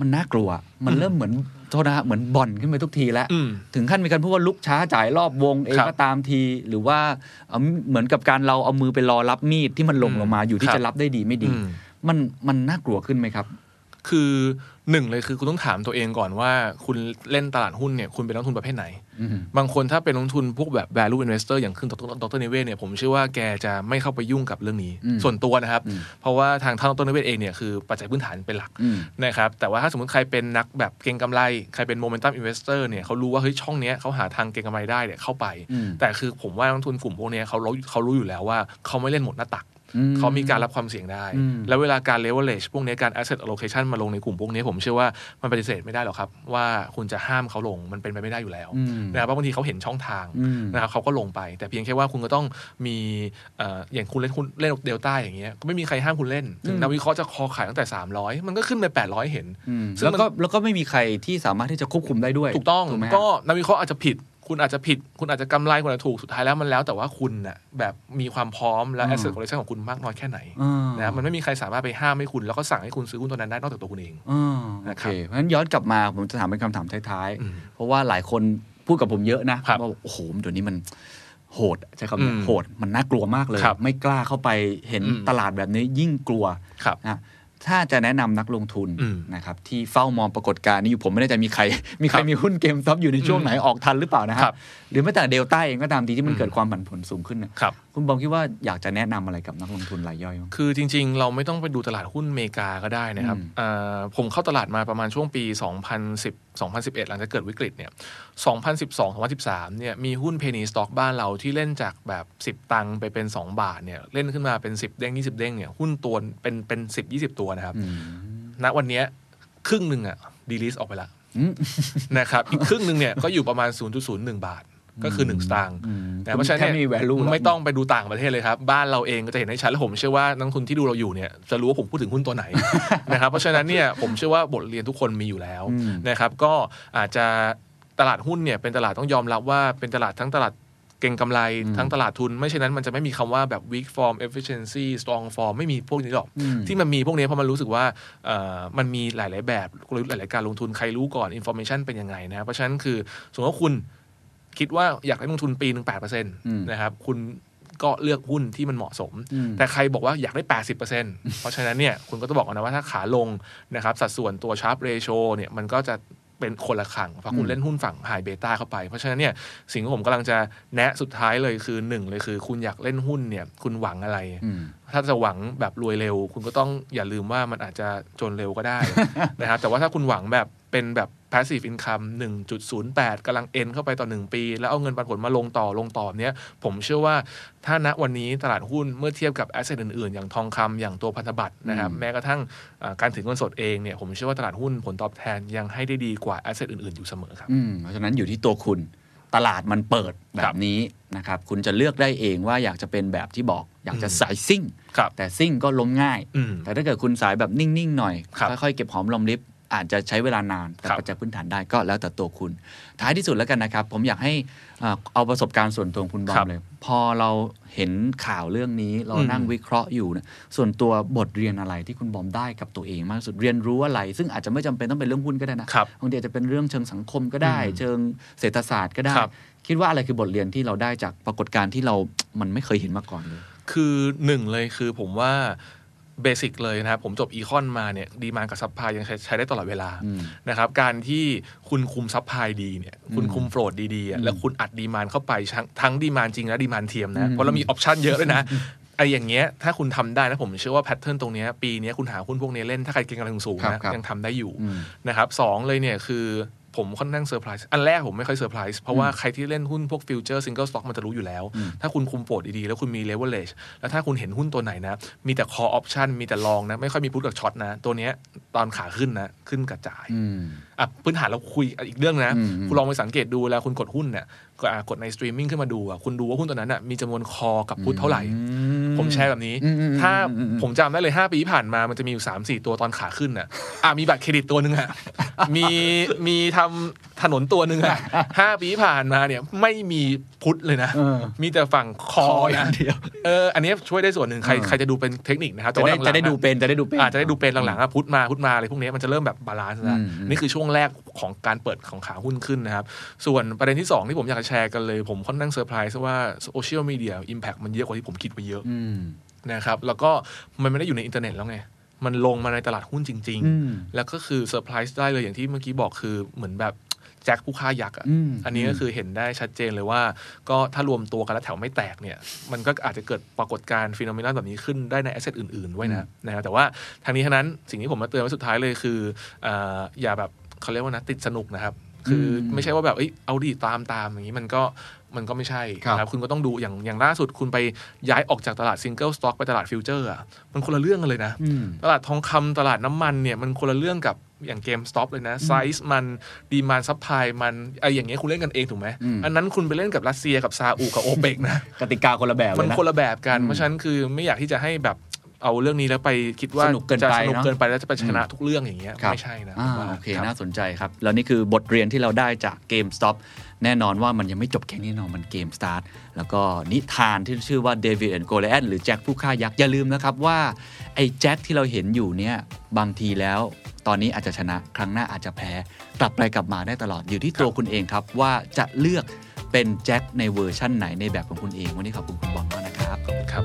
[SPEAKER 1] มันน่ากลัว มันเริ่มเหมือนโทษนะฮะเหมือนบ่อนขึ้นไปทุกทีแล้ว
[SPEAKER 2] อืม
[SPEAKER 1] ถึงขั้นมีการพูดว่าลุกช้าจ่ายรอบวงเอง
[SPEAKER 2] ครับ
[SPEAKER 1] ก็ตามที หรือว่าเอิ่มเหมือนกับการเราเอามือไปรอรับมีดที่มันหลงลงมาอยู่ที่
[SPEAKER 2] ครับ
[SPEAKER 1] จะรับได้ดีไม่ดี
[SPEAKER 2] อืม
[SPEAKER 1] มันมันน่ากลัวขึ้นไหมครับ
[SPEAKER 2] คือหนึ่งเลยคือคุณต้องถามตัวเองก่อนว่า คุณเล่นตลาดหุ้นเนี่ยคุณเป็นนักลงทุนประเภทไหน
[SPEAKER 1] อืม
[SPEAKER 2] บางคนถ้าเป็นนักลงทุนพวกแบบ value investor อย่างขึ้นดรดรนิเวศเนี่ยผมเชื่อว่าแกจะไม่เข้าไปยุ่งกับเรื่องนี้
[SPEAKER 1] อืม
[SPEAKER 2] ส่วนตัวนะครับ
[SPEAKER 1] อืม
[SPEAKER 2] เพราะว่าทางท่านดรนิเวศเองเนี่ยคือปัจจัยพื้นฐานเป็นหลัก
[SPEAKER 1] อืม
[SPEAKER 2] นะครับแต่ว่าถ้าสมมติใครเป็นนักแบบเก็งกำไร ใครเป็นโมเมนตัมอินเวสเตอร์เนี่ยเขารู้ว่าเฮ้ยช่องเนี้ยเขาหาทางเก็งกำไรได้เนี่ยเข้าไป
[SPEAKER 1] อืม
[SPEAKER 2] แต่คือผมว่านักลงทุนกลุ่มพวกเนี้ยเขารู้เขารู้อยู่แล้วว่าเขาไม่เล่นหมดหน้าตัก
[SPEAKER 1] อืม
[SPEAKER 2] เขามีการรับความเสี่ยงได้
[SPEAKER 1] อืม
[SPEAKER 2] แล้วเวลาการ leverage พวกเนี้ยการ asset allocation มาลงในกลุ่มพวกเนี้ยผมเชื่อว่ามันปฏิเสธไม่ได้หรอกครับ ว่าคุณจะห้ามเขาลงมันเป็นไปไม่ได้อยู่แล้ว
[SPEAKER 1] อืม
[SPEAKER 2] นะครับเพราะบางทีเขาเห็นช่องทาง
[SPEAKER 1] อืม
[SPEAKER 2] นะครับเขาก็ลงไป แต่เพียงแค่ว่าคุณก็ต้องมีเอ่ออย่างคุณเล่นคุณเล่นเดลต้าอย่างเงี้ยก็ไม่มีใครห้ามคุณเล่น ถึงนักวิเคราะห์จะคอขายตั้งแต่ 300 มันก็ขึ้นไป 800 เห็น ซึ่ง
[SPEAKER 1] แล้ว
[SPEAKER 2] มัน
[SPEAKER 1] ก็แล้วก็ไม่มีใครที่สามารถที่จะควบคุมได้ด้วย
[SPEAKER 2] ถูกต้อง
[SPEAKER 1] ไหมฮะ
[SPEAKER 2] ก็นักวิเคราะห์อาจจะผิด คุณอาจจะผิด คุณอาจจะกำไรคุณอาจจะถูกสุดท้ายแล้วมันแล้วแต่ว่าคุณน่ะแบบมีความพร้อมและ
[SPEAKER 1] อ่า
[SPEAKER 2] asset collection ของคุณมากน้อยแค่ไหน
[SPEAKER 1] อ่า
[SPEAKER 2] นะมันไม่มีใครสามารถไปห้ามให้คุณ แล้วก็สั่งให้คุณซื้อหุ้นตัวนั้นได้นอกจากตัวคุณเอง
[SPEAKER 1] อ่าโอ
[SPEAKER 2] นะค
[SPEAKER 1] เครับ เพราะฉะนั้นย้อนกลับมาผมจะถามเป็นคำถามท้าย
[SPEAKER 2] อืม
[SPEAKER 1] ๆ เพราะว่าหลายคนพูดกับผมเยอะนะครับ ว่าโอ้โหเดี๋ยวนี้มันโหดใช้คำนี้
[SPEAKER 2] อืม
[SPEAKER 1] โหดมันน่ากลัวมากเลย
[SPEAKER 2] ครับ
[SPEAKER 1] ไม่กล้าเข้าไปเห็น
[SPEAKER 2] อืม
[SPEAKER 1] ตลาดแบบนี้ยิ่งกลัว
[SPEAKER 2] ครับ
[SPEAKER 1] นะถ้าจะแนะนำนักลงทุน
[SPEAKER 2] อืม
[SPEAKER 1] นะครับที่เฝ้ามองปรากฏการณ์นี้อยู่ผมไม่แน่ใจ มีใคร มีใคร
[SPEAKER 2] ครับ
[SPEAKER 1] มีหุ้นเกมซับอยู่ในช่วง
[SPEAKER 2] อืม
[SPEAKER 1] ไหนออกทันหรือเปล่านะค
[SPEAKER 2] ครั
[SPEAKER 1] รับบ หรือแม้แต่เดลต้าเองก็ตามทีที่มันเกิดความผันผวนสูงขึ้นเนี่ย
[SPEAKER 2] ครับ
[SPEAKER 1] คุณบอมคิดว่าอยากจะแนะนำอะไรกับนักลงทุนรายย่อยบ้าง
[SPEAKER 2] คือจริงๆ เราไม่ต้องไปดูตลาดหุ้นอเมริกาก็ได้นะครับ
[SPEAKER 1] อืม
[SPEAKER 2] เอ่อผมเข้าตลาดมาประมาณช่วงปี 2010 2011 หลังจากเกิดวิกฤตเนี่ย 2012 2013 เนี่ยมีหุ้นเพนีสต็อกบ้านเราที่เล่นจากแบบ 10 ตังค์ไปเป็น 2 บาทเนี่ยเล่นขึ้นมาเป็น 10 เด้ง 20 เด้งเนี่ยหุ้นตัวเป็นเป็น 10 20 ตัวนะครับ ณวันเนี้ยครึ่งหนึ่งอะดีลิสออกไปละ
[SPEAKER 1] อืม
[SPEAKER 2] นะครับอีกครึ่งหนึ่งเนี่ยก็อยู่ประมาณ 0.01 บาท ก็คือ 1 สตางค์ นะเพราะฉะนั้น
[SPEAKER 1] แค่
[SPEAKER 2] เนี่ย
[SPEAKER 1] มี value แล้ว
[SPEAKER 2] ไม่ต้องไปดูต่างประเทศเลยครับ บ้านเราเองก็จะเห็นได้ชัดและผมเชื่อว่านักลงทุนที่ดูเราอยู่เนี่ยจะรู้ว่าผมพูดถึงหุ้นตัวไหน นะครับเพราะฉะนั้นเนี่ยผมเชื่อว่าบทเรียนทุกคนมีอยู่แล้ว
[SPEAKER 1] อืม
[SPEAKER 2] นะครับก็อาจจะตลาดหุ้นเนี่ยเป็นตลาดต้องยอมรับว่าเป็นตลาดทั้งตลาดเก่งกำไรทั้งตลาดทุน ไม่เช่นนั้นมันจะไม่มีคำว่าแบบ weak form efficiency strong form ไม่มีพวกนี้หรอก
[SPEAKER 1] อืม
[SPEAKER 2] ที่มันมีพวกนี้เพราะมันรู้สึกว่าเอ่อมันมีหลาย ๆ แบบกลยุทธ์หลาย ๆ การลงทุนใครรู้ก่อน information เป็นยังไงนะ เพราะฉะนั้นคือสมมติว่าคุณคิดว่าอยากได้ลงทุนปีหนึ่งแปดเปอร์เซ็นต์
[SPEAKER 1] ม
[SPEAKER 2] นะครับ คุณก็เลือกหุ้นที่มันเหมาะสม
[SPEAKER 1] อืม
[SPEAKER 2] แต่ใครบอกว่าอยากได้แปดสิบเปอร์เซ็นต์เพราะฉะนั้นเนี่ยคุณก็ต้องบอกก่อนนะว่าถ้าขาลงนะครับ สัดส่วนตัวชาร์ปเรโชเนี่ยมันก็จะเป็นคนละขังเพราะคุณเล่นหุ้นฝั่งไฮเบต้าเข้าไป เพราะฉะนั้นเนี่ยสิ่งที่ผมกำลังจะแนะสุดท้ายเลยคือหนึ่งเลยคือ คุณอยากเล่นหุ้นเนี่ยคุณหวังอะไร
[SPEAKER 1] อืม
[SPEAKER 2] ถ้าจะหวัง แบบรวยเร็ว คุณก็ต้องอย่าลืมว่ามันอาจจะจนเร็วก็ได้ นะครับแต่ว่าถ้าคุณหวังแบบเป็น เป็นแบบ passive income 1.08กำลังเอ็นเข้าไปต่อ 1 ปี แล้วเอาเงินปันผลมาลงต่อลงต่อเนี้ยผมเชื่อว่าถ้าณวันนี้ตลาดหุ้นเมื่อเทียบกับ asset อื่นๆ อย่างทองคำอย่างตัวพันธบัตรนะครับ
[SPEAKER 1] อืม
[SPEAKER 2] แม้กระทั่งอ่าการถือเงินสดเองเนี่ยผมเชื่อว่าตลาดหุ้นผลตอบแทนยังให้ได้ดีกว่า asset อื่นๆ อยู่เสมอครับ
[SPEAKER 1] อืมเพราะฉะนั้นอยู่ที่ตัวคุณ ตลาดมันเปิดแบ
[SPEAKER 2] ครับ บ
[SPEAKER 1] นี้นะครับ คุณจะเลือกได้เองว่าอยากจะเป็นแบบที่บอก อยากจะ
[SPEAKER 2] อืม
[SPEAKER 1] สายซิ่ง
[SPEAKER 2] ครับ
[SPEAKER 1] แต่ซิ่งก็ล้มง่าย
[SPEAKER 2] อืม
[SPEAKER 1] แต่ถ้าเกิดคุณสายแบบนิ่ง ๆ หน่อย
[SPEAKER 2] ครับ
[SPEAKER 1] ค่อย ๆ เก็บหอมรอมริบอาจจะใช้เวลานาน แต่
[SPEAKER 2] ครับ
[SPEAKER 1] ปัจจัยพื้นฐานได้ก็แล้วแต่ตัวคุณ ท้ายที่สุดแล้วกันนะครับ ผมอยากให้เอ่อเอาประสบการณ์ส่วนตัวของคุณบอ
[SPEAKER 2] ครั
[SPEAKER 1] ม
[SPEAKER 2] บ
[SPEAKER 1] เลย พอเราเห็นข่าวเรื่องนี้ เรา
[SPEAKER 2] อืม
[SPEAKER 1] นั่งวิเคราะห์อยู่เนี่ยส่วนตัวบทเรียนอะไรที่คุณบอมได้กับตัวเองมากที่สุดเรียนรู้อะไร ซึ่งอาจจะไม่จำเป็นต้องเป็นเรื่องหุ้นก็ได้นะครับ บางทีอาจจะเป็นเรื่องเชิงสังคมก็ได้
[SPEAKER 2] อืม
[SPEAKER 1] เชิงเศรษฐศาสตร์ก็ได้
[SPEAKER 2] ครับ
[SPEAKER 1] คิดว่าอะไรคือบทเรียนที่เราได้จากปรากฏการณ์ที่เรา มันไม่เคยเห็นมาก่อนเลย
[SPEAKER 2] คือหนึ่งเลยคือผมว่าเบสิกเลยนะครับ ผมจบอีคอนมาเนี่ยดีมานกับซัพพลายยังใช้ใช้ได้ตลอดเวลา
[SPEAKER 1] อืม
[SPEAKER 2] นะครับการที่คุณคุมซัพพลายดีเนี่ยคุณคุมโฟลดดีๆอะ
[SPEAKER 1] อืม
[SPEAKER 2] แล้วคุณอัดดีมานเข้าไปทั้งทั้งดีมานจริงและดีมานเทียม
[SPEAKER 1] อื
[SPEAKER 2] นะ
[SPEAKER 1] ม
[SPEAKER 2] เพราะเรามีออปชันเยอะด้วยนะไอ้อย่างเงี้ยถ้าคุณทำได้นะผมเชื่อว่าแพทเทิร์นตรงเนี้ยปีเนี้ยคุณหาหุ้นพวกนี้เล่นถ้าใครเก่งกำไรสูงๆนะยังทำได้อยู่
[SPEAKER 1] อืม
[SPEAKER 2] นะครับสองเลยเนี่ยคือผมค่อนข้างเซอร์ไพรส์อันแรกผมไม่ค่อยเซอร์ไพรส์เพราะว่าใครที่เล่นหุ้นพวกฟิวเจอร์ซิงเกิลสต็อกมันจะรู้อยู่แล้ว
[SPEAKER 1] อืม
[SPEAKER 2] ถ้าคุณคุมโปรดดีๆ แล้วคุณมีเลเวลเลชแล้วถ้าคุณเห็นหุ้นตัวไหนนะ มีแต่คอออปชันมีแต่ลองนะ ไม่ค่อยมีพุทกับช็อตนะ ตัวเนี้ยตอนขาขึ้นนะ ขึ้นกระจาย
[SPEAKER 1] อืม
[SPEAKER 2] อ่ะพื้นฐานเราคุยอีกเรื่องนะ
[SPEAKER 1] อืมอืม
[SPEAKER 2] คุณลองไปสังเกตดูแล้วคุณกดหุ้นเนี่ยก็อ่ะกดในสตรีมมิ่งขึ้นมาดูอ่ะคุณดูว่าหุ้นตัวนั้นอ่ะมีจำนวนคอกับพุทเท่าไหร่ ผมแชร์แบบนี้
[SPEAKER 1] อืมอืม
[SPEAKER 2] ถ้า
[SPEAKER 1] อืมอืม
[SPEAKER 2] ผมจำได้เลย 5 ปีที่ผ่านมามันจะมีอยู่ 3 4 ตัวตอนขาขึ้นน่ะอ่ะมีบัตรเครดิตตัวหนึ่งอ่ะ มีมีทำถนนตัวหนึ่งอ่ะห้าปีที่ผ่านมาเนี่ยไม่มีพุทธเลยนะ
[SPEAKER 1] เออ
[SPEAKER 2] มีแต่ฝั่งคอ
[SPEAKER 1] คออ
[SPEAKER 2] นะ
[SPEAKER 1] ย่างเดียว
[SPEAKER 2] เอออันเนี้ยช่วยได้ส่วนหนึ่งใคร
[SPEAKER 1] เออ
[SPEAKER 2] ใครจะดูเป็นเทคนิคนะครับแต่
[SPEAKER 1] จะ
[SPEAKER 2] ว่า
[SPEAKER 1] ได้
[SPEAKER 2] หลังๆ
[SPEAKER 1] จะได้
[SPEAKER 2] อะ
[SPEAKER 1] ดูเป็นจะได้ดูเป็น
[SPEAKER 2] อาจจะได้ดูเป็นหลังๆอะพุทธมาพุทธมาอะไรพวกนี้มันจะเริ่มแบบบาลานซ์นะ
[SPEAKER 1] อืมอืม
[SPEAKER 2] นี่คือช่วงแรกของการเปิดของขาหุ้นขึ้นนะครับ ส่วนประเด็นที่ 2 ที่ผมอยากจะแชร์กันเลย ผมค่อนข้างเซอร์ไพรส์ว่าโซเชียลมีเดียอิมแพคมันเยอะกว่าที่ผมคิดไปเยอะนะครับแล้วก็มันไม่ได้อยู่ในอินเทอร์เน็ตแล้วไง มันลงมาในตลาดหุ้นจริง
[SPEAKER 1] อืม
[SPEAKER 2] ๆ แล้วก็คือเซอร์ไพรส์ได้เลยอย่างที่เมื่อกี้บอกคือเหมือนแบบแจ็คผู้ฆ่ายักษ์อะ
[SPEAKER 1] อืม
[SPEAKER 2] อันนี้ก็คือเห็นได้ชัดเจนเลยว่า ก็ถ้ารวมตัวกันแล้วแถวไม่แตกเนี่ยมันก็อาจจะเกิดปรากฏการณ์ฟีโนเมนอนแบบนี้ขึ้นได้ในแอสเซทอื่นๆ ด้วยนะนะฮะแต่ว่าทางนี้ทั้งนั้นสิ่งที่ผมมาเตือนไว้สุดท้ายเลยคืออ่าอย่าแบบเขาเรียกว่านะติดสนุกนะครับ คืออ
[SPEAKER 1] ม
[SPEAKER 2] ไม่ใช่ว่าแบบเอ้ยเอาดีตามตามอย่างนี้มันก็มันก็ไม่ใช่
[SPEAKER 1] ครับ
[SPEAKER 2] นะคุณก็ต้องดูอย่างอย่างล่าสุดคุณไปย้ายออกจากตลาดซิงเกิลสต็อกไปตลาดฟิวเจอร์อะมันคนละเรื่องกันเลยนะ
[SPEAKER 1] อืม
[SPEAKER 2] ตลาดทองคำตลาดน้ำมันเนี่ย มันคนละเรื่องกับอย่างเกมสต็อปเลยนะไซส์มันดีมานซัพพลายมันไออย่างเงี้ยคุณเล่นกันเองถูกไหม
[SPEAKER 1] อืม
[SPEAKER 2] อันนั้นคุณไปเล่นกับรัสเซียกับซาอุกับโอเปกนะ
[SPEAKER 1] กติกาคนละแบบเล
[SPEAKER 2] มัน
[SPEAKER 1] ยนะ
[SPEAKER 2] คนละแบบกัน
[SPEAKER 1] อืม
[SPEAKER 2] เพราะฉะนั้นคือไม่อยากที่จะให้แบบเอาเรื่องนี้แล้วไปคิดว่า
[SPEAKER 1] สนุกเกิน
[SPEAKER 2] จะ
[SPEAKER 1] ไป
[SPEAKER 2] สนุก
[SPEAKER 1] เนอะ
[SPEAKER 2] เกินไปแล้วจะไปชนะทุกเรื่องอย่างเงี้ย
[SPEAKER 1] ครับ
[SPEAKER 2] ไม่ใช่นะ
[SPEAKER 1] อ่า
[SPEAKER 2] ผมว่า
[SPEAKER 1] โอเค
[SPEAKER 2] รับ
[SPEAKER 1] น่าสนใจครับ แล้วนี่คือบทเรียนที่เราได้จากเกม Stop แน่นอนว่ามันยังไม่จบแค่นี้เนอนมันเกม Start แล้วก็นิทานที่ชื่อว่าเดวิดแอนโกลแอนหรือแจ็คผู้ฆ่ายักษ์ อย่าลืมนะครับว่า ไอ้แจ็คที่เราเห็นอยู่เนี่ย บางทีแล้ว ตอนนี้อาจจะชนะครั้งหน้าอาจจะแพ้ กลับไปกลับมาได้ตลอดอยู่ที่ตัวคุณเองครับ ว่าจะเลือกเป็นแจ็คในเวอร์ชั่นไหนในแบบของคุณเองวันนี้ขอบคุณคุณบอมมากนะครับ
[SPEAKER 2] ครับ